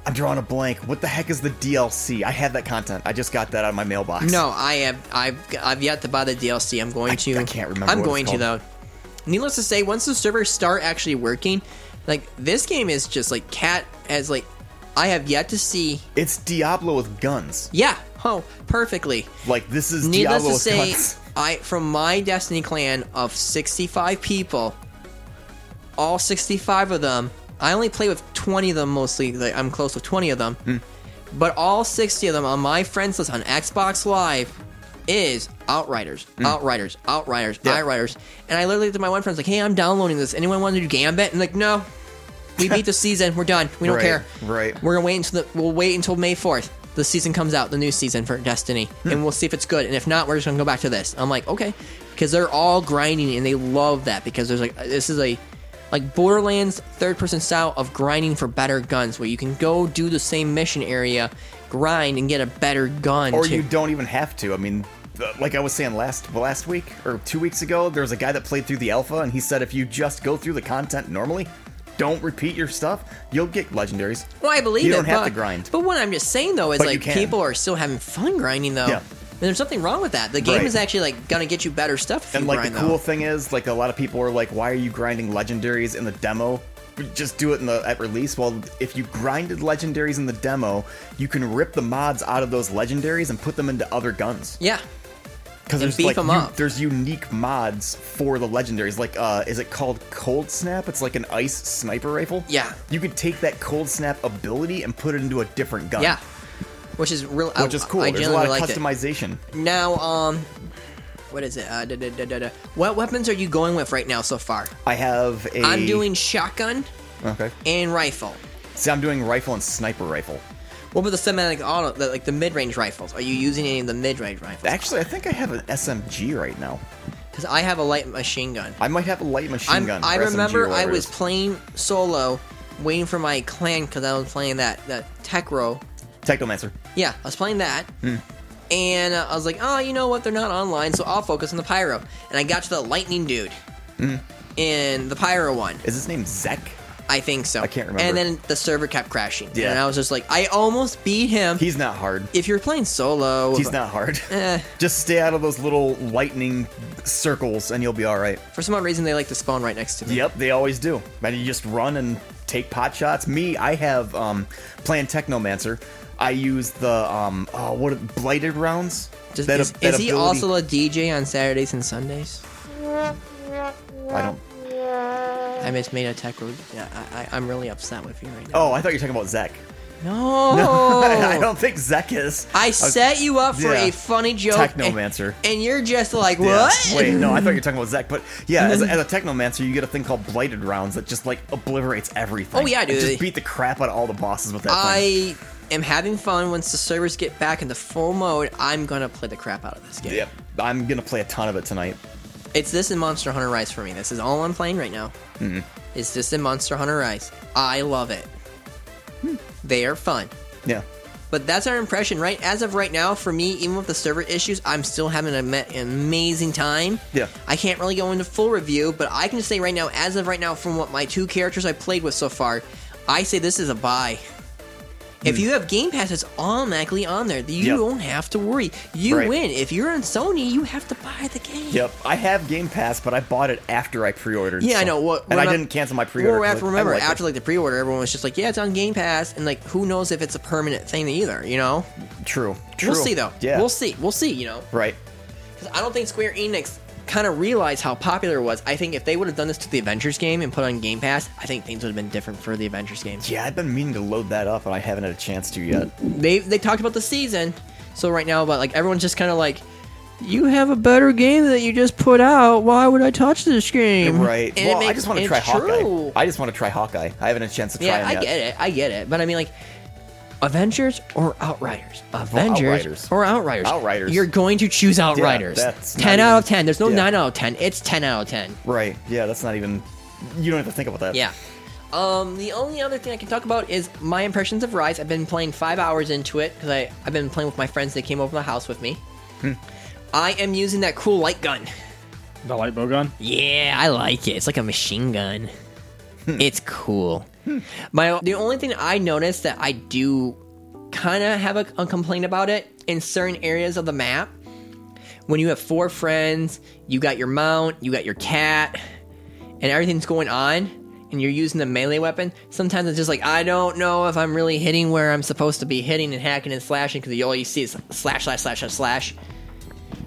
Speaker 3: I'm drawing a blank. What the heck is the DLC? I had that content. I just got that out of my mailbox.
Speaker 1: No, I have I've I've yet to buy the DLC. I'm going to.
Speaker 3: I can't remember
Speaker 1: I'm
Speaker 3: what
Speaker 1: going
Speaker 3: it's
Speaker 1: to though. Needless to say, once the servers start actually working, like this game is just like cat as like I have yet to see.
Speaker 3: it's Diablo with guns.
Speaker 1: Yeah, oh, perfectly.
Speaker 3: Like this is
Speaker 1: Needless
Speaker 3: Diablo
Speaker 1: to
Speaker 3: with
Speaker 1: say,
Speaker 3: guns.
Speaker 1: I from my Destiny clan of 65 people, all 65 of them, I only play with 20 of them mostly. Like I'm close with 20 of them,
Speaker 3: Hmm.
Speaker 1: but all 60 of them on my friends list on Xbox Live is Outriders, Outriders, Outriders,
Speaker 3: Hmm. Yeah.
Speaker 1: Outriders, and I literally looked at my one friend's like, "Hey, I'm downloading this. Anyone want to do Gambit?" And like, no. We beat the season. We're done. We don't
Speaker 3: Right,
Speaker 1: care.
Speaker 3: right.
Speaker 1: We're gonna wait until the, we'll wait until May fourth. The season comes out, the new season for Destiny,
Speaker 3: Hmm.
Speaker 1: and we'll see if it's good. And if not, we're just gonna go back to this. I'm like, okay, because they're all grinding and they love that because there's like this is a like Borderlands third person style of grinding for better guns, where you can go do the same mission area, grind and get a better gun.
Speaker 3: or
Speaker 1: too.
Speaker 3: you don't even have to. I mean, th- like I was saying last last week or two weeks ago, there was a guy that played through the alpha, and he said if you just go through the content normally, don't repeat your stuff, you'll get legendaries.
Speaker 1: Well, I believe
Speaker 3: You
Speaker 1: it,
Speaker 3: don't have
Speaker 1: but,
Speaker 3: to grind.
Speaker 1: But what I'm just saying though is
Speaker 3: But you
Speaker 1: like
Speaker 3: can.
Speaker 1: people are still having fun grinding though.
Speaker 3: Yeah.
Speaker 1: And there's something wrong with that. The game
Speaker 3: Right.
Speaker 1: is actually like gonna get you better stuff. If
Speaker 3: And
Speaker 1: you
Speaker 3: like
Speaker 1: grind,
Speaker 3: the cool
Speaker 1: though.
Speaker 3: thing is, like a lot of people are like, "Why are you grinding legendaries in the demo? Just do it in the at release." Well, if you grinded legendaries in the demo, you can rip the mods out of those legendaries and put them into other guns.
Speaker 1: Yeah.
Speaker 3: Because
Speaker 1: and
Speaker 3: there's
Speaker 1: beef
Speaker 3: like
Speaker 1: 'em
Speaker 3: u-
Speaker 1: up.
Speaker 3: there's unique mods for the legendaries. Like, uh, is it called Cold Snap? It's like an ice sniper rifle.
Speaker 1: Yeah.
Speaker 3: You could take that Cold Snap ability and put it into a different gun.
Speaker 1: Yeah. Which is real
Speaker 3: Which is cool.
Speaker 1: I
Speaker 3: There's a
Speaker 1: genuinely
Speaker 3: lot
Speaker 1: liked
Speaker 3: of
Speaker 1: it.
Speaker 3: customization.
Speaker 1: Now, um what is it? Uh, da, da, da, da, da. What weapons are you going with right now so far?
Speaker 3: I have a.
Speaker 1: I'm doing shotgun
Speaker 3: Okay.
Speaker 1: and rifle.
Speaker 3: See, I'm doing rifle and sniper rifle.
Speaker 1: What about the semi auto, the, like the mid range rifles? Are you using any of the mid range rifles?
Speaker 3: Actually, I think I have an SMG right now.
Speaker 1: because I have a light machine gun.
Speaker 3: I might have a light machine
Speaker 1: I'm,
Speaker 3: gun.
Speaker 1: I
Speaker 3: or SMG or
Speaker 1: remember I
Speaker 3: whatever it
Speaker 1: was
Speaker 3: is.
Speaker 1: playing solo, waiting for my clan because I was playing that that tech row.
Speaker 3: Technomancer.
Speaker 1: Yeah, I was playing that,
Speaker 3: Hmm.
Speaker 1: and uh, I was like, oh, you know what? They're not online, so I'll focus on the pyro. And I got to the lightning dude
Speaker 3: Hmm.
Speaker 1: in the pyro one.
Speaker 3: Is his name Zek?
Speaker 1: I think so.
Speaker 3: I can't remember.
Speaker 1: And then the server kept crashing.
Speaker 3: Yeah.
Speaker 1: And I was just like, I almost beat him.
Speaker 3: He's not hard.
Speaker 1: if you're playing solo,
Speaker 3: He's not hard.
Speaker 1: Eh.
Speaker 3: Just stay out of those little lightning circles and you'll be all right.
Speaker 1: for some odd reason, they like to spawn right next to me.
Speaker 3: Yep, they always do. And you just run and take pot shots. Me, I have um playing Technomancer. I use the um oh what are- blighted rounds.
Speaker 1: Does,
Speaker 3: That
Speaker 1: is
Speaker 3: ab- that
Speaker 1: is he
Speaker 3: ability-
Speaker 1: also a DJ on Saturdays and Sundays?
Speaker 3: I don't.
Speaker 1: I just made a tech road. Yeah, I, I, I'm really upset with you right now.
Speaker 3: Oh, I thought you were talking about Zek.
Speaker 1: no!
Speaker 3: Oh. I don't think Zek is.
Speaker 1: Oh. I set you up for
Speaker 3: yeah.
Speaker 1: a funny joke,
Speaker 3: Technomancer.
Speaker 1: and, and you're just like,
Speaker 3: Yeah.
Speaker 1: what?
Speaker 3: Wait, no, I thought you were talking about Zek. But yeah, as, a- as a Technomancer, you get a thing called Blighted Rounds that just like obliterates everything.
Speaker 1: Oh, yeah, dude.
Speaker 3: Just beat the crap out of all the bosses with that thing.
Speaker 1: I am having fun. Once the servers get back into full mode, I'm gonna play the crap out of this game.
Speaker 3: Yep. I'm gonna play a ton of it tonight.
Speaker 1: It's this and Monster Hunter Rise for me. This is all I'm playing right now.
Speaker 3: Mm-hmm.
Speaker 1: It's this and Monster Hunter Rise. I love it.
Speaker 3: Hmm.
Speaker 1: They are fun.
Speaker 3: Yeah.
Speaker 1: But that's our impression, right? As of right now, for me, even with the server issues, I'm still having an ama- an amazing time.
Speaker 3: Yeah.
Speaker 1: I can't really go into full review, but I can say right now, as of right now, from what my two characters I played with so far, I say this is a buy. If you have Game Pass, it's automatically on there. You
Speaker 3: Hmm. Yep.
Speaker 1: don't have to worry. You
Speaker 3: Right.
Speaker 1: win. If you're on Sony, you have to buy the game.
Speaker 3: Yep. I have Game Pass, but I bought it after I pre-ordered.
Speaker 1: Yeah, I
Speaker 3: so-
Speaker 1: know. What,
Speaker 3: and
Speaker 1: when
Speaker 3: I
Speaker 1: I'm-
Speaker 3: didn't cancel my pre-order.
Speaker 1: Well, after,
Speaker 3: I
Speaker 1: remember,
Speaker 3: like it.
Speaker 1: after like the pre-order, everyone was just like, "Yeah, it's on Game Pass," and like, who knows if it's a permanent thing either? You know,
Speaker 3: True. True.
Speaker 1: we'll see though.
Speaker 3: Yeah.
Speaker 1: we'll see. We'll see. You know,
Speaker 3: Right.
Speaker 1: 'Cause I don't think Square Enix kind of realized how popular it was. I think if they would have done this to the Avengers game and put it on Game Pass, I think things would have been different for the Avengers game.
Speaker 3: Yeah, I've been meaning to load that up, and I haven't had a chance to yet.
Speaker 1: They they talked about the season, so right now, but like everyone's just kind of like. You have a better game that you just put out. Why would I touch this game?
Speaker 3: Right.
Speaker 1: And it
Speaker 3: well, I
Speaker 1: makes-
Speaker 3: just want to
Speaker 1: it's
Speaker 3: try
Speaker 1: true.
Speaker 3: Hawkeye. I just want to try Hawkeye. I haven't had a chance to try
Speaker 1: Yeah,
Speaker 3: him
Speaker 1: I
Speaker 3: yet.
Speaker 1: get it. I get it. But I mean, like, Avengers or Outriders? Avengers
Speaker 3: Outriders.
Speaker 1: or Outriders?
Speaker 3: Outriders.
Speaker 1: You're going to choose Outriders.
Speaker 3: that's not
Speaker 1: 10 out of
Speaker 3: even-
Speaker 1: 10. There's no
Speaker 3: yeah.
Speaker 1: 9 out of 10. It's 10 out of 10.
Speaker 3: Right. Yeah, that's not even. You don't have to think about that.
Speaker 1: Yeah. Um, the only other thing I can talk about is my impressions of Rise. I've been playing five hours into it because I've been playing with my friends. They came over to the house with me.
Speaker 3: Hmm.
Speaker 1: I am using that cool light gun.
Speaker 2: The light bow gun.
Speaker 1: Yeah, I like it. It's like a machine gun. it's cool. My the only thing I noticed that I do kind of have a, a complaint about it in certain areas of the map. When you have four friends, you got your mount, you got your cat, and everything's going on, and you're using the melee weapon. Sometimes it's just like I don't know if I'm really hitting where I'm supposed to be hitting and hacking and slashing because all you see is slash slash slash slash slash.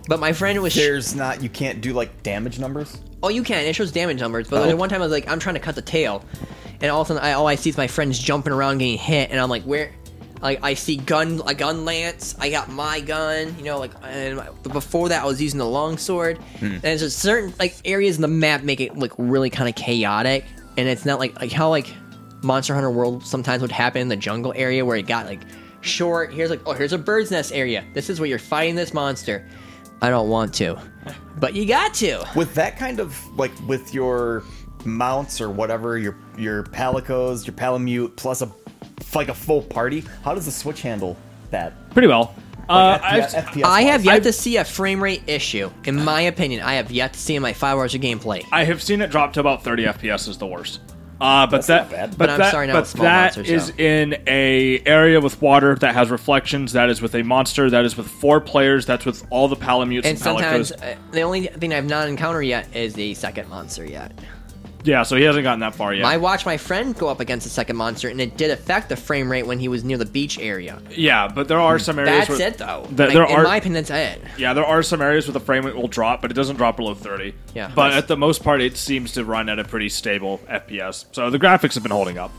Speaker 1: But my friend was
Speaker 3: There's not. You can't do like damage numbers.
Speaker 1: Oh, you can. It shows damage numbers. But
Speaker 3: Oh.
Speaker 1: like, one time I was like, I'm trying to cut the tail, and all of a sudden, I, all I see is my friends jumping around getting hit, and I'm like, where? Like I see gun, a gun lance. I got my gun, you know. Like and my- but before that, I was using the long sword, and it's just certain like areas in the map make it look really kind of chaotic, and it's not like like how like Monster Hunter World sometimes would happen in the jungle area where it got like short. Here's like oh here's a bird's nest area. This is where you're fighting this monster. I don't want to, but you got to.
Speaker 3: With that kind of like with your mounts or whatever, your your palicos, your palamute, plus a like a full party. How does the switch handle that?
Speaker 2: Pretty well. Uh,
Speaker 3: Like,
Speaker 2: I've- Uh,
Speaker 3: FPS FPS
Speaker 1: I have
Speaker 3: wise?
Speaker 1: yet to see a frame rate issue. In my opinion, I have yet to see in my five hours of gameplay.
Speaker 2: I have seen it drop to about 30 FPS is the worst. Uh, but that,
Speaker 3: not bad.
Speaker 2: but,
Speaker 1: But I'm
Speaker 2: that,
Speaker 1: sorry, now
Speaker 2: but
Speaker 1: it's small
Speaker 2: that
Speaker 1: monsters,
Speaker 2: is
Speaker 1: so.
Speaker 2: in a area with water that has reflections. That is with a monster. That is with four players. That's with all the palamutes and,
Speaker 1: And sometimes
Speaker 2: palicos.
Speaker 1: uh, the only thing I've not encountered yet is the second monster yet.
Speaker 2: Yeah, so he hasn't gotten that far yet.
Speaker 1: I watched my friend go up against the second monster, and it did affect the frame rate when he was near the beach area.
Speaker 2: yeah, but there are some areas.
Speaker 1: Hmm. That's
Speaker 2: where,
Speaker 1: it, though.
Speaker 2: Th-
Speaker 1: Like,
Speaker 2: there
Speaker 1: in
Speaker 2: are
Speaker 1: my opinion, that's it.
Speaker 2: yeah, there are some areas where the frame rate will drop, but it doesn't drop below 30.
Speaker 1: Yeah.
Speaker 2: but
Speaker 1: Nice.
Speaker 2: at the most part, it seems to run at a pretty stable FPS. So the graphics have been holding up.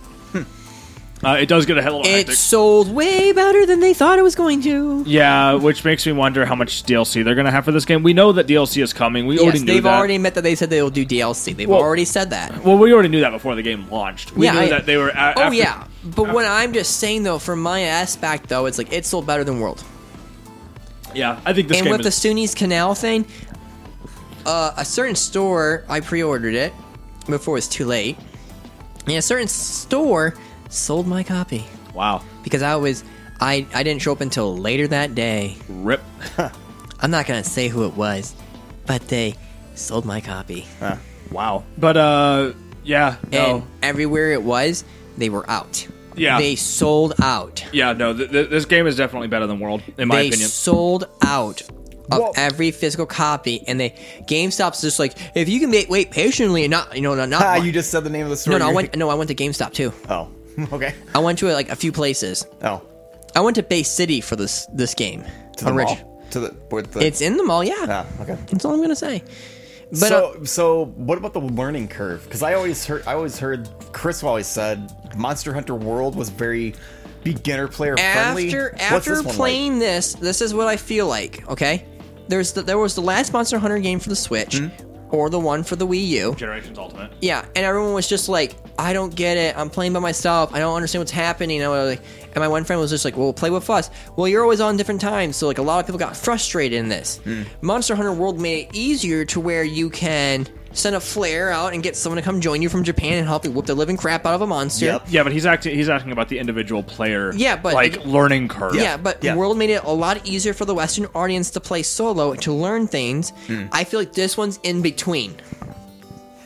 Speaker 2: Uh, it does get a hell of a
Speaker 1: Hmm. It
Speaker 2: hectic.
Speaker 1: sold way better than they thought it was going to.
Speaker 2: Yeah, which makes me wonder how much DLC they're going to have for this game. We know that DLC is coming. We already
Speaker 1: Yes,
Speaker 2: knew
Speaker 1: they've
Speaker 2: that.
Speaker 1: already admit that they said they will do DLC. They've
Speaker 2: Well-
Speaker 1: already said that.
Speaker 2: well, we already knew that before the game launched. We
Speaker 1: Yeah,
Speaker 2: knew
Speaker 1: I-
Speaker 2: that they were. A-
Speaker 1: Oh
Speaker 2: after-
Speaker 1: yeah, but what I'm just saying though, from my aspect though, it's like it sold better than World.
Speaker 2: yeah. I think this
Speaker 1: and
Speaker 2: game
Speaker 1: with
Speaker 2: is.
Speaker 1: the Sunni's Canal thing, uh, a certain store, I pre ordered it before it was too late. And a certain store sold my copy
Speaker 2: Wow.
Speaker 1: because I was. I, I didn't show up until later that day.
Speaker 2: Rip.
Speaker 1: I'm not gonna say who it was, but they sold my copy.
Speaker 3: Huh.
Speaker 2: Wow. But uh, yeah. No.
Speaker 1: And everywhere it was, they were out.
Speaker 2: Yeah.
Speaker 1: They sold out.
Speaker 2: yeah. No. Th- th- this game is definitely better than World, in my
Speaker 1: they
Speaker 2: opinion.
Speaker 1: sold out of
Speaker 3: Whoa.
Speaker 1: every physical copy, and they GameStop's just like, if you can wait, wait patiently and not, you know, not. not
Speaker 3: Ah, you just said the name of the
Speaker 1: no,
Speaker 3: story.
Speaker 1: no, I went, no, I went to GameStop too.
Speaker 3: Oh, okay.
Speaker 1: I went to like a few places.
Speaker 3: Oh,
Speaker 1: I went to Bay City for this this game.
Speaker 3: to the
Speaker 1: Orig-
Speaker 3: mall? To the with the.
Speaker 1: It's in the mall, yeah.
Speaker 3: Ah, okay.
Speaker 1: That's all I'm gonna say. But uh,
Speaker 3: so, so what about the learning curve? Because I always heard, I always heard Chris always said Monster Hunter World was very beginner player
Speaker 1: uh,
Speaker 3: friendly.
Speaker 1: after
Speaker 3: What's
Speaker 1: after
Speaker 3: this one
Speaker 1: playing this, this is what I feel like. Okay, there's the, there was the last Monster Hunter game for the Switch,
Speaker 3: Hmm?
Speaker 1: or the one for the Wii U.
Speaker 6: Generations Ultimate.
Speaker 1: Yeah, and everyone was just like, I don't get it. I'm playing by myself. I don't understand what's happening. And, I was like, and my one friend was just like, Well, play with us. Well, you're always on different times. So, like, a lot of people got frustrated in this. Monster Hunter World made it easier to where you can send a flare out and get someone to come join you from Japan and help you whip the living crap out of a monster.
Speaker 3: Yep.
Speaker 2: yeah, but he's acting. He's acting about the individual player.
Speaker 1: Yeah, but-
Speaker 2: like learning curve.
Speaker 1: Yeah, but
Speaker 3: yeah.
Speaker 1: World made it a lot easier for the Western audience to play solo and to learn things. I feel like this one's in between.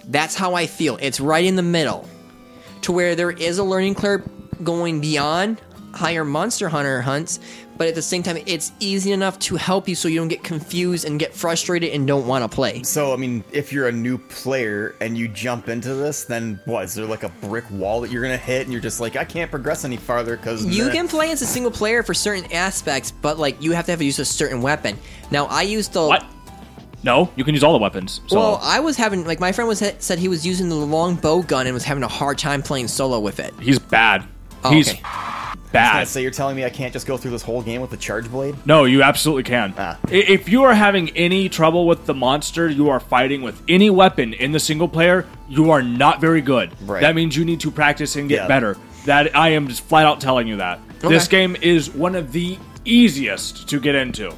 Speaker 1: That's how I feel. It's right in the middle, to where there is a learning curve going beyond higher Monster Hunter hunts, but at the same time, it's easy enough to help you so you don't get confused and get frustrated and don't want to play.
Speaker 3: So I mean, if you're a new player and you jump into this, then what is there like a brick wall that you're gonna hit, and you're just like, I can't progress any farther because
Speaker 1: You can play as a single player for certain aspects, but like you have to have use a certain weapon. Now I used the
Speaker 2: What? No, you can use all the weapons. So.
Speaker 1: Well, uh I was having like my friend was said he was using the long bow gun and was having a hard time playing solo with it.
Speaker 2: he's bad.
Speaker 1: Oh,
Speaker 2: he's
Speaker 1: okay.
Speaker 2: bad.
Speaker 3: So you're telling me I can't just go through this whole game with the charge blade?
Speaker 2: No, you absolutely can.
Speaker 3: Ah.
Speaker 2: I- If you are having any trouble with the monster you are fighting with any weapon in the single player, you are not very good.
Speaker 3: Right.
Speaker 2: That means you need to practice and get
Speaker 3: Yeah.
Speaker 2: better. That I am just flat out telling you that. This
Speaker 1: Okay.
Speaker 2: game is one of the easiest to get into.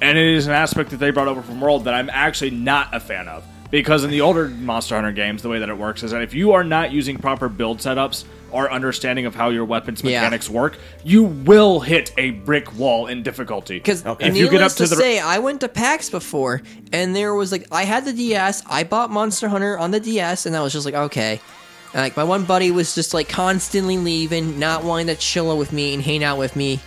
Speaker 2: And it is an aspect that they brought over from World that I'm actually not a fan of. Because in the older Monster Hunter games, the way that it works is that if you are not using proper build setups or understanding of how your weapons
Speaker 1: Yeah.
Speaker 2: mechanics work, you will hit a brick wall in difficulty.
Speaker 1: Because
Speaker 2: If
Speaker 1: needless
Speaker 2: you get up
Speaker 1: to,
Speaker 2: to the-
Speaker 1: say, I went to PAX before, and there was like I had the DS, I bought Monster Hunter on the DS, and I was just like, okay. And, like my one buddy was just like constantly leaving, not wanting to chill with me and hang out with me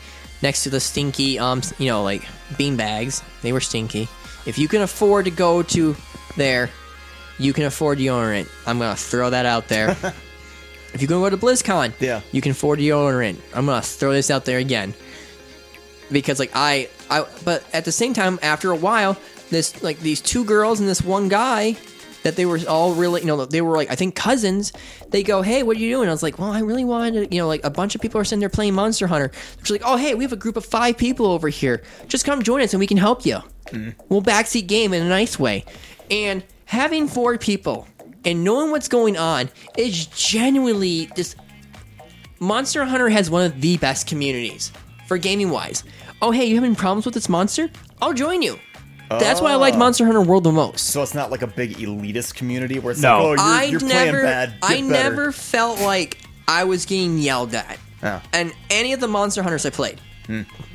Speaker 1: next to the stinky, um, you know, like bean bags. They were stinky. If you can afford to go to there, you can afford deodorant. I'm gonna throw that out there. if you can go to BlizzCon,
Speaker 3: Yeah.
Speaker 1: you can afford deodorant. I'm gonna throw this out there again because like I I but at the same time after a while this like these two girls and this one guy that they were all really you know they were like I think cousins they go hey what are you doing I was like well I really wanted to you know like a bunch of people are sitting there playing Monster Hunter they're like oh hey we have a group of five people over here just come join us and we can help you we'll backseat game in a nice way and having four people and knowing what's going on is genuinely just Monster Hunter has one of the best communities for gaming wise. Oh, hey, you having problems with this monster? I'll join you. That's why I like Monster Hunter World the most.
Speaker 3: Oh. So it's not like a big elitist community where it's
Speaker 2: No.
Speaker 3: like, oh,
Speaker 1: I
Speaker 3: you're, you're
Speaker 1: never,
Speaker 3: playing bad. Get
Speaker 1: I
Speaker 3: better.
Speaker 1: never felt like I was getting yelled at.
Speaker 3: Yeah.
Speaker 1: And any of the Monster Hunters I played.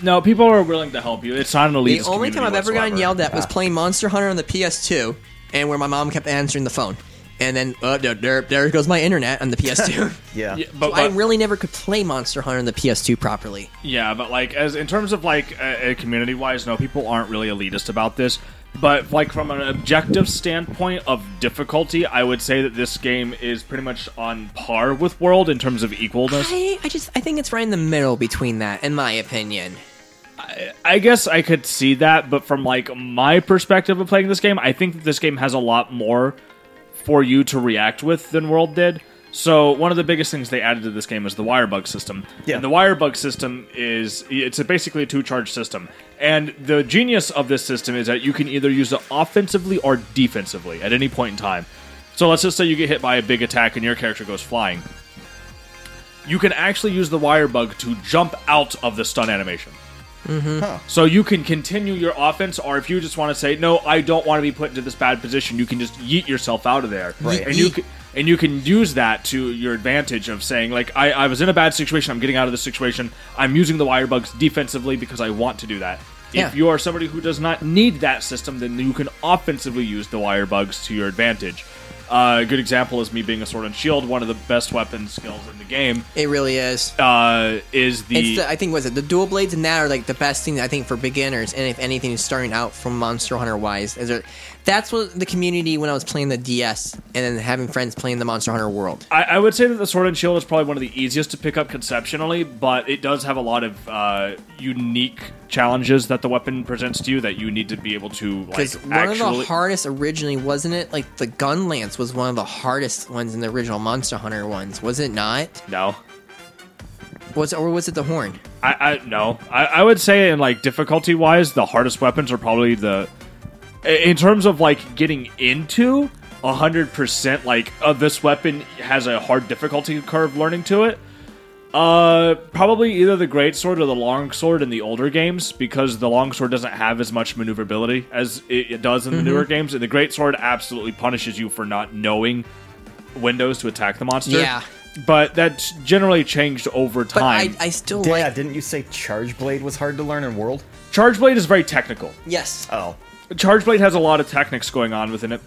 Speaker 2: No, people are willing to help you. It's not an elitist.
Speaker 1: The only time I've ever gotten yelled at was playing Monster Hunter on the PS2, and where my mom kept answering the phone. And then uh, there, there, there goes my internet on the PS2.
Speaker 3: Yeah.
Speaker 2: Yeah, but,
Speaker 1: So I
Speaker 2: but-
Speaker 1: really never could play Monster Hunter on the PS2 properly.
Speaker 2: yeah, but like as in terms of like uh, community wise, no, people aren't really elitist about this. But like from an objective standpoint of difficulty, I would say that this game is pretty much on par with World in terms of equalness.
Speaker 1: I, I just I think it's right in the middle between that, in my opinion.
Speaker 2: I guess I could see that, but from like my perspective of playing this game, I think that this game has a lot more for you to react with than World did. So one of the biggest things they added to this game is the wire bug system.
Speaker 3: Yeah.
Speaker 2: And the wire bug system is it's a basically a two charge system. And the genius of this system is that you can either use it offensively or defensively at any point in time. So let's just say you get hit by a big attack and your character goes flying. You can actually use the wire bug to jump out of the stun animation.
Speaker 1: Mm-hmm.
Speaker 2: So you can continue your offense, or if you just want to say, "No, I don't want to be put into this bad position," you can just yeet yourself out of there,
Speaker 3: Right.
Speaker 2: and you
Speaker 1: Yeet.
Speaker 2: can, and you can use that to your advantage of saying, "Like I, I was in a bad situation, I'm getting out of this situation. I'm using the wire bugs defensively because I want to do that."
Speaker 1: Yeah.
Speaker 2: If you are somebody who does not need that system, then you can offensively use the wire bugs to your advantage. Uh, a good example is me being a sword and shield, one of the best weapon skills in the game.
Speaker 1: It really is.
Speaker 2: Uh, is the
Speaker 1: it's the, I think was it the dual blades and that are like the best thing I think for beginners and if anything starting out from Monster Hunter wise is there, that's what the community when I was playing the DS and then having friends playing the Monster Hunter World.
Speaker 2: I, I would say that the Sword and Shield is probably one of the easiest to pick up conceptually, but it does have a lot of uh, unique challenges that the weapon presents to you that you need to be able to like
Speaker 1: Because one of
Speaker 2: actually.
Speaker 1: the hardest originally wasn't it like the gun lance was one of the hardest ones in the original Monster Hunter ones was it not?
Speaker 2: no,
Speaker 1: Was or was it the horn?
Speaker 2: I, I no, I, I would say in like difficulty wise, the hardest weapons are probably the in terms of like getting into hundred percent. Like uh, this weapon has a hard difficulty curve learning to it. Uh, probably either the great sword or the long sword in the older games because the long sword doesn't have as much maneuverability as it, it does in the
Speaker 1: Mm-hmm.
Speaker 2: newer games, and the great sword absolutely punishes you for not knowing windows to attack the monster.
Speaker 1: Yeah.
Speaker 2: But that's generally changed over
Speaker 1: But
Speaker 2: time.
Speaker 1: I I still
Speaker 3: Yeah,
Speaker 1: like
Speaker 3: didn't you say Charge Blade was hard to learn in World?
Speaker 2: Charge Blade is very technical.
Speaker 1: yes.
Speaker 3: Oh.
Speaker 2: Charge Blade has a lot of techniques going on within it.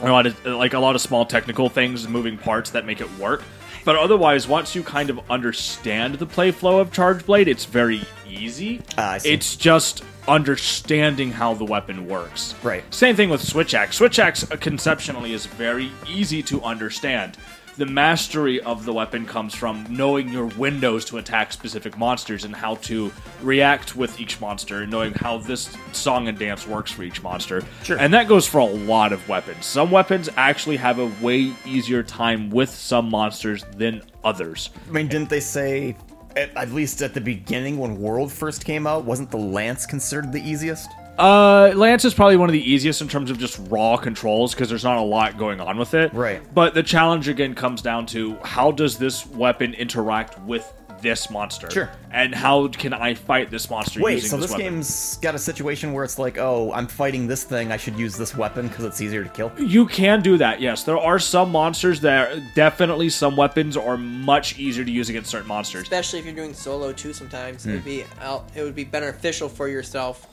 Speaker 2: A lot of like a lot of small technical things, moving parts that make it work. But otherwise, once you kind of understand the play flow of Charge Blade, it's very easy.
Speaker 3: Ah, I see.
Speaker 2: It's just understanding how the weapon works.
Speaker 3: Right.
Speaker 2: Same thing with Switch Axe. Switch Axe uh, conceptually is very easy to understand. The mastery of the weapon comes from knowing your windows to attack specific monsters and how to react with each monster, and knowing how this song and dance works for each monster. Sure. And that goes for a lot of weapons. Some weapons actually have a way easier time with some monsters than others.
Speaker 3: I mean, didn't they say, at, at least at the beginning when World first came out, wasn't the Lance considered the easiest?
Speaker 2: Uh, Lance is probably one of the easiest in terms of just raw controls because there's not a lot going on with it.
Speaker 3: Right.
Speaker 2: But the challenge again comes down to how does this weapon interact with this monster?
Speaker 3: Sure.
Speaker 2: And how can I fight this monster
Speaker 3: Wait,
Speaker 2: using
Speaker 3: so this,
Speaker 2: this, weapon?
Speaker 3: game's got a situation where it's like, oh, I'm fighting this thing, I should use this weapon because it's easier to kill?
Speaker 2: You can do that, yes. There are some monsters that definitely some weapons are much easier to use against certain monsters.
Speaker 1: especially if you're doing solo too sometimes
Speaker 2: Hmm.
Speaker 1: it'd be out, it would be beneficial for yourself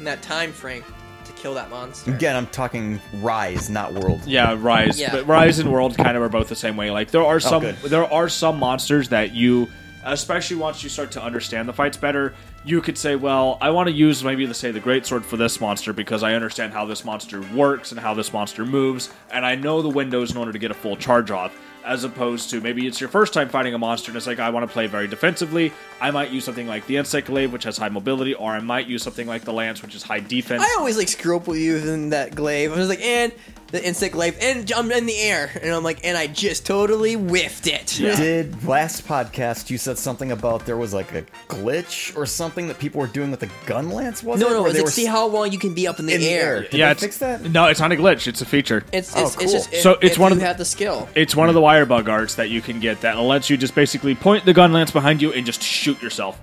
Speaker 1: in that time frame to kill that monster
Speaker 3: Again, I'm talking Rise, not World.
Speaker 2: Yeah, Rise.
Speaker 1: Yeah.
Speaker 2: But Rise and World kind of are both the same way. Like there are some
Speaker 3: Oh, good.
Speaker 2: there are some monsters that you especially once you start to understand the fights better, you could say, well, I want to use maybe the say the great sword for this monster because I understand how this monster works and how this monster moves and I know the windows in order to get a full charge off. As opposed to maybe it's your first time fighting a monster and it's like I want to play very defensively, I might use something like the Encyclave, which has high mobility, or I might use something like the Lance, which is high defense.
Speaker 1: i always like screw up with you in that glaive i was like and the insect glaive and i'm in the air and i'm like and i just totally whiffed it
Speaker 3: Did last podcast you said something about there was like a glitch or something that people were doing with the gun lance? Was
Speaker 1: no
Speaker 3: it?
Speaker 1: no
Speaker 3: Where
Speaker 1: it's
Speaker 3: they
Speaker 1: like,
Speaker 3: were
Speaker 1: see
Speaker 3: s-
Speaker 1: how long you can be up in the
Speaker 3: in the
Speaker 1: air,
Speaker 3: air? Did
Speaker 2: yeah,
Speaker 3: they
Speaker 2: it's-
Speaker 3: fix that?
Speaker 2: No, it's not a glitch. It's a feature.
Speaker 1: It's,
Speaker 3: Oh,
Speaker 1: it's, it's just
Speaker 3: cool.
Speaker 1: if,
Speaker 2: So it's
Speaker 1: if
Speaker 2: one of
Speaker 1: you
Speaker 2: the-
Speaker 1: have the skill
Speaker 2: It's one of the wire bug arts that you can get that lets you just basically point the gun lance behind you and just shoot yourself.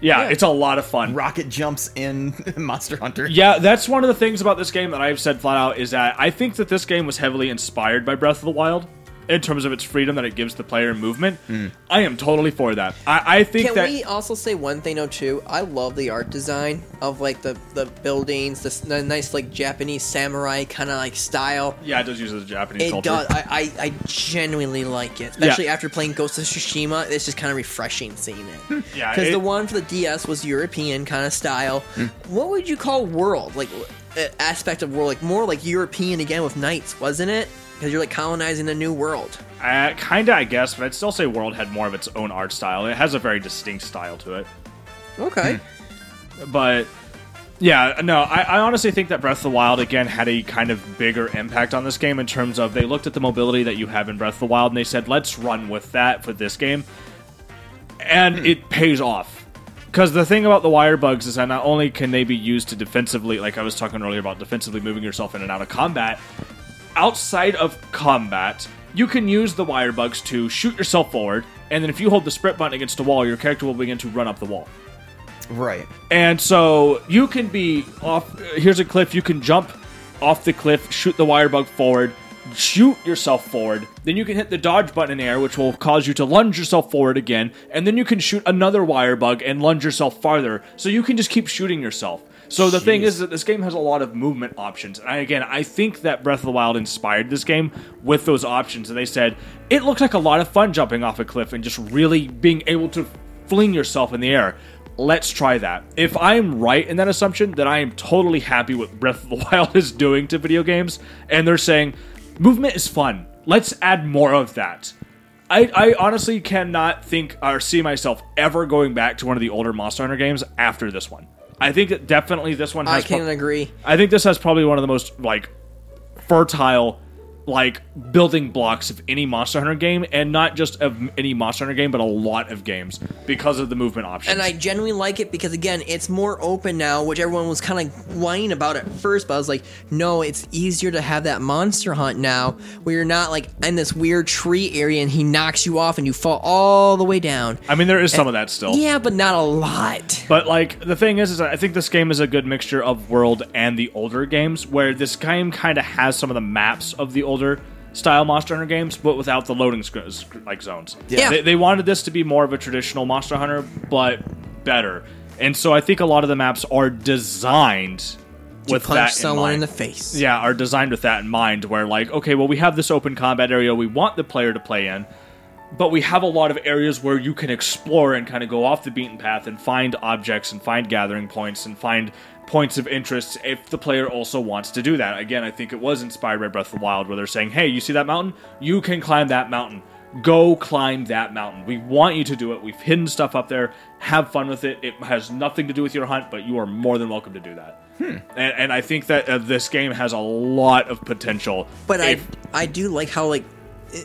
Speaker 2: Yeah, it's a lot of fun.
Speaker 3: Rocket jumps in Monster Hunter.
Speaker 2: Yeah, that's one of the things about this game that I've said flat out is that I think that this game was heavily inspired by Breath of the Wild in terms of its freedom that it gives the player in movement. I am totally for that. I, I think
Speaker 1: Can
Speaker 2: that
Speaker 1: we also say one thing though too? I love the art design of like the the buildings, the, s- the nice like Japanese samurai kind of like style.
Speaker 2: yeah, it does use the Japanese
Speaker 1: It
Speaker 2: culture.
Speaker 1: does. I, I, I genuinely like it, especially after playing Ghost of Tsushima. It's just kind of refreshing seeing it.
Speaker 2: Yeah,
Speaker 1: because
Speaker 2: it- Hmm.
Speaker 1: the one for the DS was European kind of style. What would you call world like uh, aspect of world? Like more like European again with knights, wasn't it? Because you're like colonizing a new world.
Speaker 2: Uh, kinda, I guess, but I'd still say World had more of its own art style. It has a very distinct style to it. Hmm.
Speaker 1: Okay.
Speaker 2: but yeah, no, I, I honestly think that Breath of the Wild again had a kind of bigger impact on this game in terms of they looked at the mobility that you have in Breath of the Wild and they said, let's run with that for this game. And it pays off. Because the thing about the wire bugs is that not only can they be used to defensively, like I was talking earlier about defensively moving yourself in and out of combat, outside of combat, you can use the wire bugs to shoot yourself forward, and then if you hold the sprint button against a wall, your character will begin to run up the wall.
Speaker 3: Right.
Speaker 2: And so you can be off. Here's a cliff. You can jump off the cliff, shoot the wire bug forward, shoot yourself forward. Then you can hit the dodge button in air, which will cause you to lunge yourself forward again. And then you can shoot another wire bug and lunge yourself farther. So you can just keep shooting yourself. So the thing is that this game has a lot of movement options. And I, again, I think that Breath of the Wild inspired this game with those options. And they said, it looks like a lot of fun jumping off a cliff and just really being able to fling yourself in the air. Let's try that. If I am right in that assumption, then I am totally happy with Breath of the Wild is doing to video games, and they're saying movement is fun. Let's add more of that. I, I honestly cannot think or see myself ever going back to one of the older Monster Hunter games after this one. I think that definitely this one
Speaker 1: I
Speaker 2: has
Speaker 1: can
Speaker 2: pro-
Speaker 1: agree.
Speaker 2: I think this has probably one of the most like fertile like building blocks of any Monster Hunter game, and not just of any Monster Hunter game, but a lot of games because of the movement options.
Speaker 1: And I genuinely like it because again, it's more open now, which everyone was kind of whining about at first. But I was like, no, it's easier to have that monster hunt now, where you're not like in this weird tree area and he knocks you off and you fall all the way down.
Speaker 2: I mean, there is some of that still.
Speaker 1: Yeah, but not a lot.
Speaker 2: But like the thing is, is I think this game is a good mixture of world and the older games, where this game kind of has some of the maps of the older style Monster Hunter games, but without the loading sc- sc- like zones.
Speaker 1: Yeah.
Speaker 2: They, they wanted this to be more of a traditional Monster Hunter, but better. And so I think a lot of the maps are designed with
Speaker 1: Punch
Speaker 2: that in
Speaker 1: someone in,
Speaker 2: mind
Speaker 1: the face.
Speaker 2: yeah, are designed with that in mind, where like, okay, well, we have this open combat area we want the player to play in, but we have a lot of areas where you can explore and kind of go off the beaten path and find objects and find gathering points and find points of interest if the player also wants to do that. Again, I think it was inspired by Breath of the Wild, where they're saying, hey, you see that mountain? You can climb that mountain. Go climb that mountain. We want you to do it. We've hidden stuff up there. Have fun with it. It has nothing to do with your hunt, but you are more than welcome to do that. And, and I think that uh, this game has a lot of potential.
Speaker 1: But I,
Speaker 2: If-
Speaker 1: I do like how like,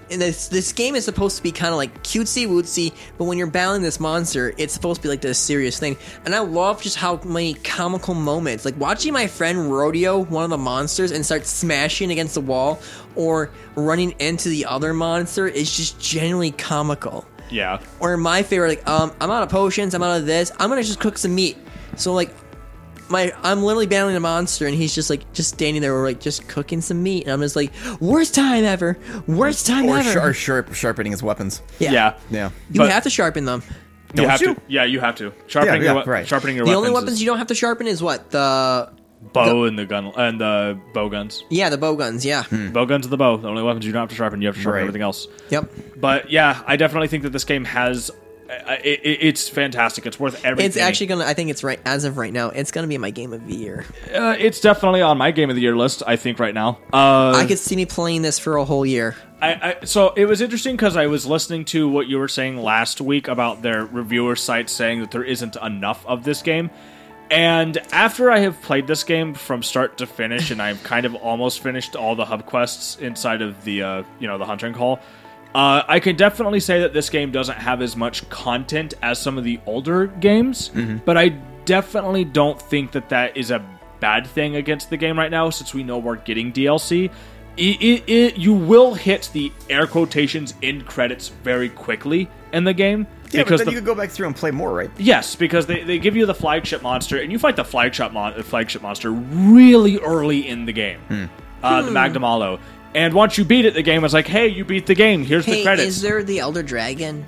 Speaker 1: and this this game is supposed to be kind of like cutesy wootsy, but when you're battling this monster, it's supposed to be like this serious thing. And I love just how many comical moments, like watching my friend rodeo one of the monsters and start smashing against the wall, or running into the other monster is just genuinely comical
Speaker 2: yeah,
Speaker 1: or my favorite, like, um, I'm out of potions, I'm out of this, I'm gonna just cook some meat. So like my I'm literally battling a monster and he's just like just standing there or like just cooking some meat and I'm just like, worst time ever, worst time
Speaker 3: Or,
Speaker 1: ever.
Speaker 3: sh- or sharp, sharpening his weapons.
Speaker 1: yeah.
Speaker 2: yeah,
Speaker 3: Yeah.
Speaker 1: You
Speaker 2: but-
Speaker 1: have to sharpen them.
Speaker 2: You have
Speaker 3: you?
Speaker 2: to. Yeah, you have to. Sharpening
Speaker 3: Yeah,
Speaker 2: your
Speaker 3: yeah,
Speaker 2: wea-
Speaker 3: right.
Speaker 2: sharpening your
Speaker 1: The
Speaker 2: weapons.
Speaker 1: only weapons you don't have to sharpen is what? The
Speaker 2: bow and the gun and the bow guns.
Speaker 1: yeah, the bow guns, yeah.
Speaker 3: Hmm.
Speaker 2: Bow guns and the bow. The only weapons you don't have to sharpen. You have to sharpen
Speaker 3: Right.
Speaker 2: everything else.
Speaker 1: Yep.
Speaker 2: But yeah, I definitely think that this game has. I- I- It, it's fantastic. It's worth everything.
Speaker 1: It's actually gonna I think it's right as of right now, it's gonna be my game of the year.
Speaker 2: Uh, it's definitely on my game of the year list. I think right now. Uh,
Speaker 1: I could see me playing this for a whole year.
Speaker 2: I, I so it was interesting because I was listening to what you were saying last week about their reviewer site saying that there isn't enough of this game. And after I have played this game from start to finish, and I've kind of almost finished all the hub quests inside of the uh, you know the hunting call, uh, I can definitely say that this game doesn't have as much content as some of the older games.
Speaker 3: Mm-hmm.
Speaker 2: But I definitely don't think that that is a bad thing against the game right now, since we know we're getting DLC. It, it, it, you will hit the air quotations end credits very quickly in the game
Speaker 3: Yeah,
Speaker 2: because
Speaker 3: but then
Speaker 2: the,
Speaker 3: you could go back through and play more, right?
Speaker 2: Yes, because they, they give you the flagship monster, and you fight the flagship mon- the flagship monster really early in the game, uh,
Speaker 1: Hmm.
Speaker 2: the Magnamalo. And once you beat it, the game is like, "Hey, you beat the game. Here's the
Speaker 1: Hey,
Speaker 2: credits."
Speaker 1: is there the Elder Dragon?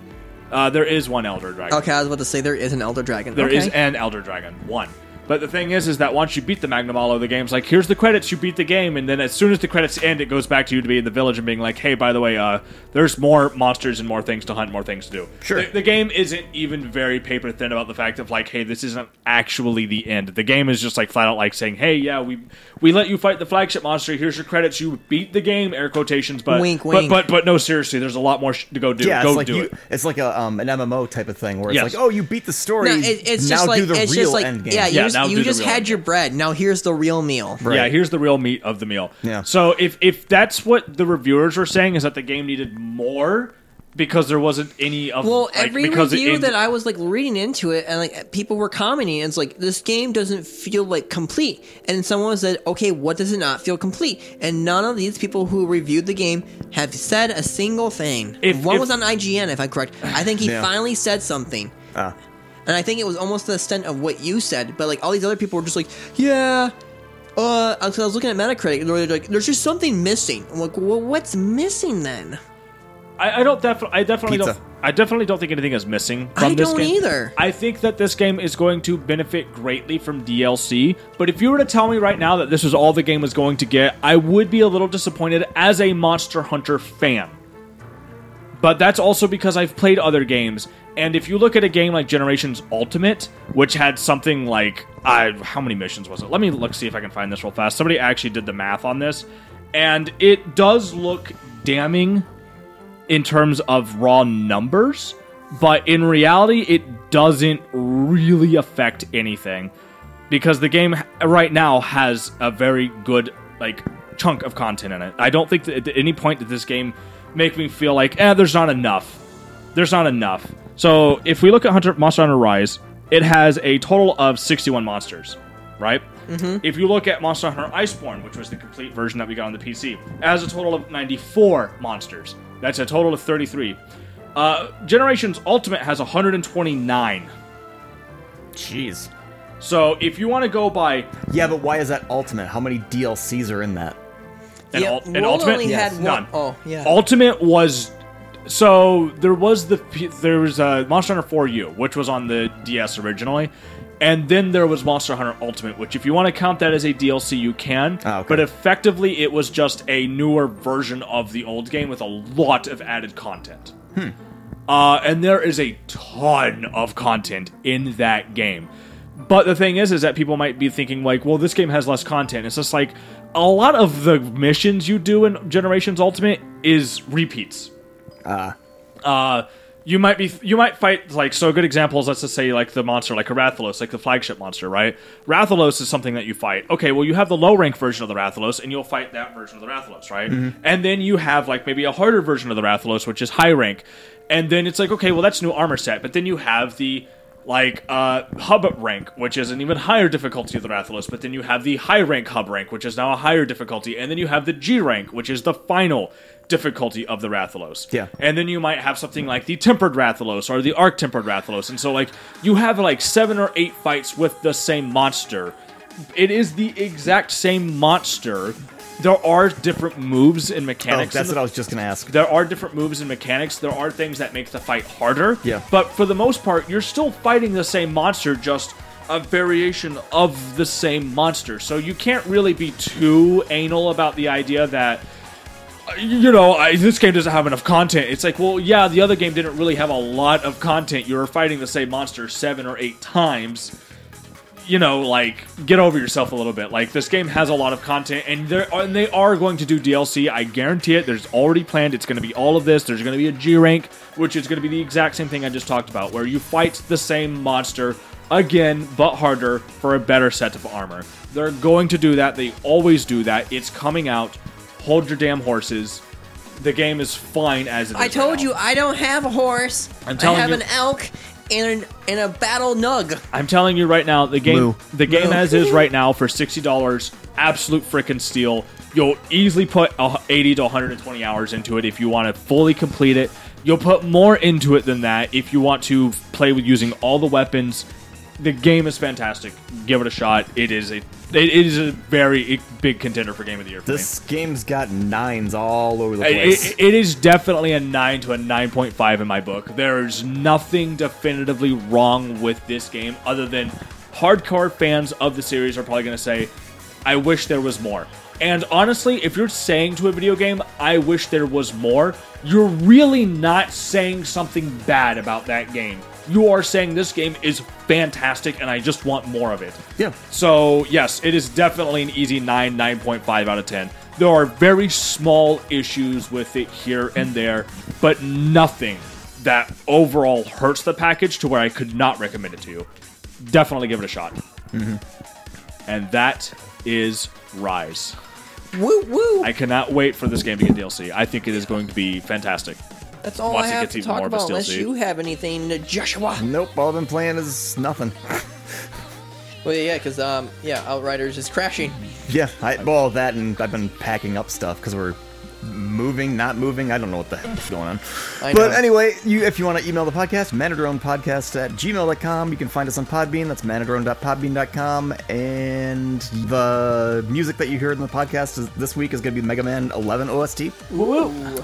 Speaker 2: uh, there is one Elder Dragon.
Speaker 1: Okay, I was about to say there is an Elder Dragon.
Speaker 2: There
Speaker 1: okay.
Speaker 2: is an Elder Dragon one. But the thing is, is that once you beat the Magnamalo, the game's like, "Here's the credits. You beat the game." And then as soon as the credits end, it goes back to you to be in the village and being like, "Hey, by the way, uh, there's more monsters and more things to hunt, more things to do."
Speaker 3: Sure.
Speaker 2: The, the game isn't even very paper thin about the fact of like, "Hey, this isn't actually the end." The game is just like flat out like saying, "Hey, yeah, we we let you fight the flagship monster. Here's your credits. You beat the game." Air quotations, but
Speaker 1: Wink,
Speaker 2: but
Speaker 1: wink.
Speaker 2: but but no, seriously, there's a lot more sh- to go do.
Speaker 3: yeah,
Speaker 2: go
Speaker 3: it's like
Speaker 2: do
Speaker 3: you,
Speaker 2: it.
Speaker 3: it's like a um, an MMO type of thing where it's
Speaker 2: Yes.
Speaker 3: like, oh, you beat the story.
Speaker 1: No, it, it's
Speaker 3: now
Speaker 1: just like
Speaker 3: do the
Speaker 1: it's
Speaker 3: real
Speaker 1: just like
Speaker 3: end game.
Speaker 1: yeah. You
Speaker 2: Yeah, now
Speaker 1: just,
Speaker 2: do
Speaker 1: you
Speaker 2: the
Speaker 1: just
Speaker 2: real
Speaker 1: had
Speaker 2: end
Speaker 1: your bread. Now here's the real meal.
Speaker 2: Yeah, here's the real meat of the meal.
Speaker 3: Yeah.
Speaker 2: So if if that's what the reviewers were saying is that the game needed more because there wasn't any of
Speaker 1: Well,
Speaker 2: like,
Speaker 1: every
Speaker 2: because it
Speaker 1: review
Speaker 2: ended-
Speaker 1: that I was like reading into it, and like people were commenting, it's like this game doesn't feel like complete. And someone said, "Okay, what does it not feel complete?" And none of these people who reviewed the game have said a single thing.
Speaker 2: If-
Speaker 1: One
Speaker 2: if-
Speaker 1: was on IGN, if I'm correct. I think he
Speaker 3: Yeah.
Speaker 1: finally said something. And I think it was almost to the extent of what you said, but like all these other people were just like, yeah. Uh, I was I was looking at Metacritic, and they're like, "There's just something missing." I'm like, well, "What's missing then?"
Speaker 2: I, I don't defi- I definitely
Speaker 3: Pizza.
Speaker 2: don't I definitely don't think anything is missing from
Speaker 1: I
Speaker 2: this
Speaker 1: don't
Speaker 2: game.
Speaker 1: either.
Speaker 2: I think that this game is going to benefit greatly from DLC, but if you were to tell me right now that this was all the game was going to get, I would be a little disappointed as a Monster Hunter fan. But that's also because I've played other games, and if you look at a game like Generations Ultimate, which had something like I how many missions was it? Let me look see if I can find this real fast. Somebody actually did the math on this, and it does look damning in terms of raw numbers, but in reality, it doesn't really affect anything because the game h- right now has a very good like chunk of content in it. I don't think that at any point did this game make me feel like, eh, there's not enough. There's not enough. So if we look at Hunter Monster Hunter Rise, it has a total of 61 monsters, right? If you look at Monster Hunter Iceborne, which was the complete version that we got on the PC, it has a total of 94 monsters. That's a total of 33. Uh, Generations Ultimate has 129.
Speaker 3: Jeez.
Speaker 2: So if you want to go by
Speaker 3: Yeah, but why is that ultimate? How many DLCs are in that?
Speaker 2: an,
Speaker 1: Yeah,
Speaker 2: ul- an
Speaker 1: World
Speaker 2: ultimate,
Speaker 1: only had one-
Speaker 2: none.
Speaker 1: oh, yeah.
Speaker 2: Ultimate was so there was the P- there was uh, Monster Hunter 4U, which was on the DS originally, and then there was Monster Hunter Ultimate, which if you want to count that as a DLC, you can.
Speaker 3: Ah, okay.
Speaker 2: But effectively, it was just a newer version of the old game with a lot of added content. Uh, and there is a ton of content in that game. But the thing is, is that people might be thinking like, well, this game has less content. It's just like a lot of the missions you do in Generations Ultimate is repeats. Uh, you might be you might fight like so good examples let's just say like the monster like a rathalos like the flagship monster right rathalos is something that you fight okay well you have the low rank version of the rathalos and you'll fight that version of the rathalos right and then you have like maybe a harder version of the rathalos which is high rank and then it's like okay well that's new armor set but then you have the like uh, hub rank, which is an even higher difficulty of the Rathalos, but then you have the high rank hub rank, which is now a higher difficulty, and then you have the G rank, which is the final difficulty of the Rathalos.
Speaker 3: Yeah.
Speaker 2: And then you might have something like the Tempered Rathalos or the Arc Tempered Rathalos, and so like you have like seven or eight fights with the same monster. It is the exact same monster. There are different moves and
Speaker 3: Oh,
Speaker 2: mechanics. in
Speaker 3: that's
Speaker 2: the
Speaker 3: what I was just gonna ask.
Speaker 2: there are different moves and mechanics. There are things that make the fight harder.
Speaker 3: Yeah.
Speaker 2: But for the most part, you're still fighting the same monster, just a variation of the same monster. So you can't really be too anal about the idea that uh, you know, I, this game doesn't have enough content. It's like, well, yeah, the other game didn't really have a lot of content. You were fighting the same monster seven or eight times. You know, like get over yourself a little bit. Like this game has a lot of content, and they and they are going to do DLC. I guarantee it. There's already planned. It's going to be all of this. There's going to be a G rank, which is going to be the exact same thing I just talked about, where you fight the same monster again, but harder for a better set of armor. They're going to do that. They always do that. It's coming out hold your damn horses. The game is fine as it is.
Speaker 1: I
Speaker 2: right
Speaker 1: told
Speaker 2: now.
Speaker 1: you I don't have a horse.
Speaker 2: I'm telling
Speaker 1: I have
Speaker 2: you-
Speaker 1: an elk and an, and a battle nug.
Speaker 2: I'm telling you right now, the game,
Speaker 3: Moo.
Speaker 2: the game
Speaker 1: Moo.
Speaker 2: as is right now for sixty dollars, absolute freaking steal. You'll easily put a- eighty to 120 hours into it if you want to fully complete it. You'll put more into it than that if you want to play with using all the weapons. The game is fantastic. Give it a shot. It is a it is a very big contender for game of the year. For me.
Speaker 3: This game's got nines all over the
Speaker 2: It-
Speaker 3: place.
Speaker 2: It, it is definitely a 9 to a 9.5 in my book. There's nothing definitively wrong with this game other than hardcore fans of the series are probably going to say, I wish there was more. And honestly, if you're saying to a video game, I wish there was more, you're really not saying something bad about that game. You are saying this game is fantastic and I just want more of it.
Speaker 3: Yeah.
Speaker 2: So yes, it is definitely an easy nine, nine point five out of ten. There are very small issues with it here and there, but nothing that overall hurts the package to where I could not recommend it to you. Definitely give it a shot. Mm-hmm. And that is Rise.
Speaker 1: Woo woo.
Speaker 2: I cannot wait for this game to get DLC. I think it is going to be fantastic.
Speaker 1: That's all
Speaker 2: Once
Speaker 1: I
Speaker 2: it
Speaker 1: have
Speaker 2: gets
Speaker 1: to
Speaker 2: even
Speaker 1: talk
Speaker 2: more
Speaker 1: about unless
Speaker 2: Bastille
Speaker 1: you have anything, Joshua.
Speaker 3: nope, all I've been playing is nothing.
Speaker 1: Well, yeah, because um, yeah, Outriders is crashing.
Speaker 3: yeah, I, well, that and I've been packing up stuff because we're moving, not moving. I don't know what the heck's going on.
Speaker 1: I
Speaker 3: But
Speaker 1: know.
Speaker 3: anyway, you if you want to email the podcast, manadronepodcast at gmail.com. You can find us on Podbean. That's manadrone.podbean.com. And the music that you heard in the podcast is, this week is going to be Mega Man 11 OST.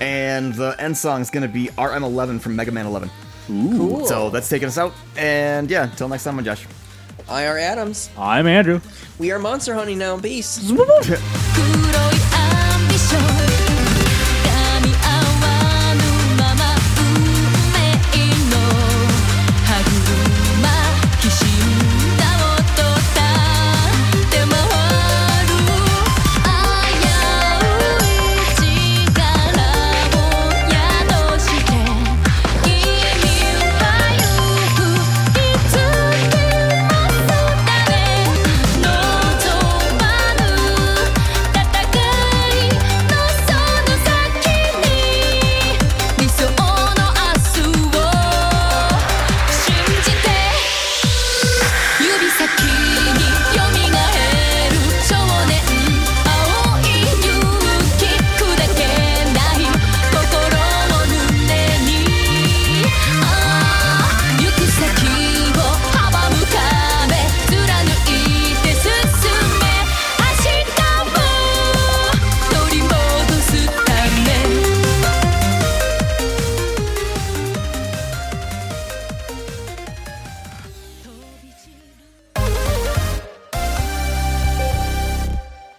Speaker 3: And the end song is going to be RM11 from Mega Man 11.
Speaker 1: Cool.
Speaker 3: So that's taking us out. And yeah, until next time, I'm Josh.
Speaker 1: IR Adams.
Speaker 2: I'm Andrew.
Speaker 1: We are monster hunting now. Peace.
Speaker 7: Ambition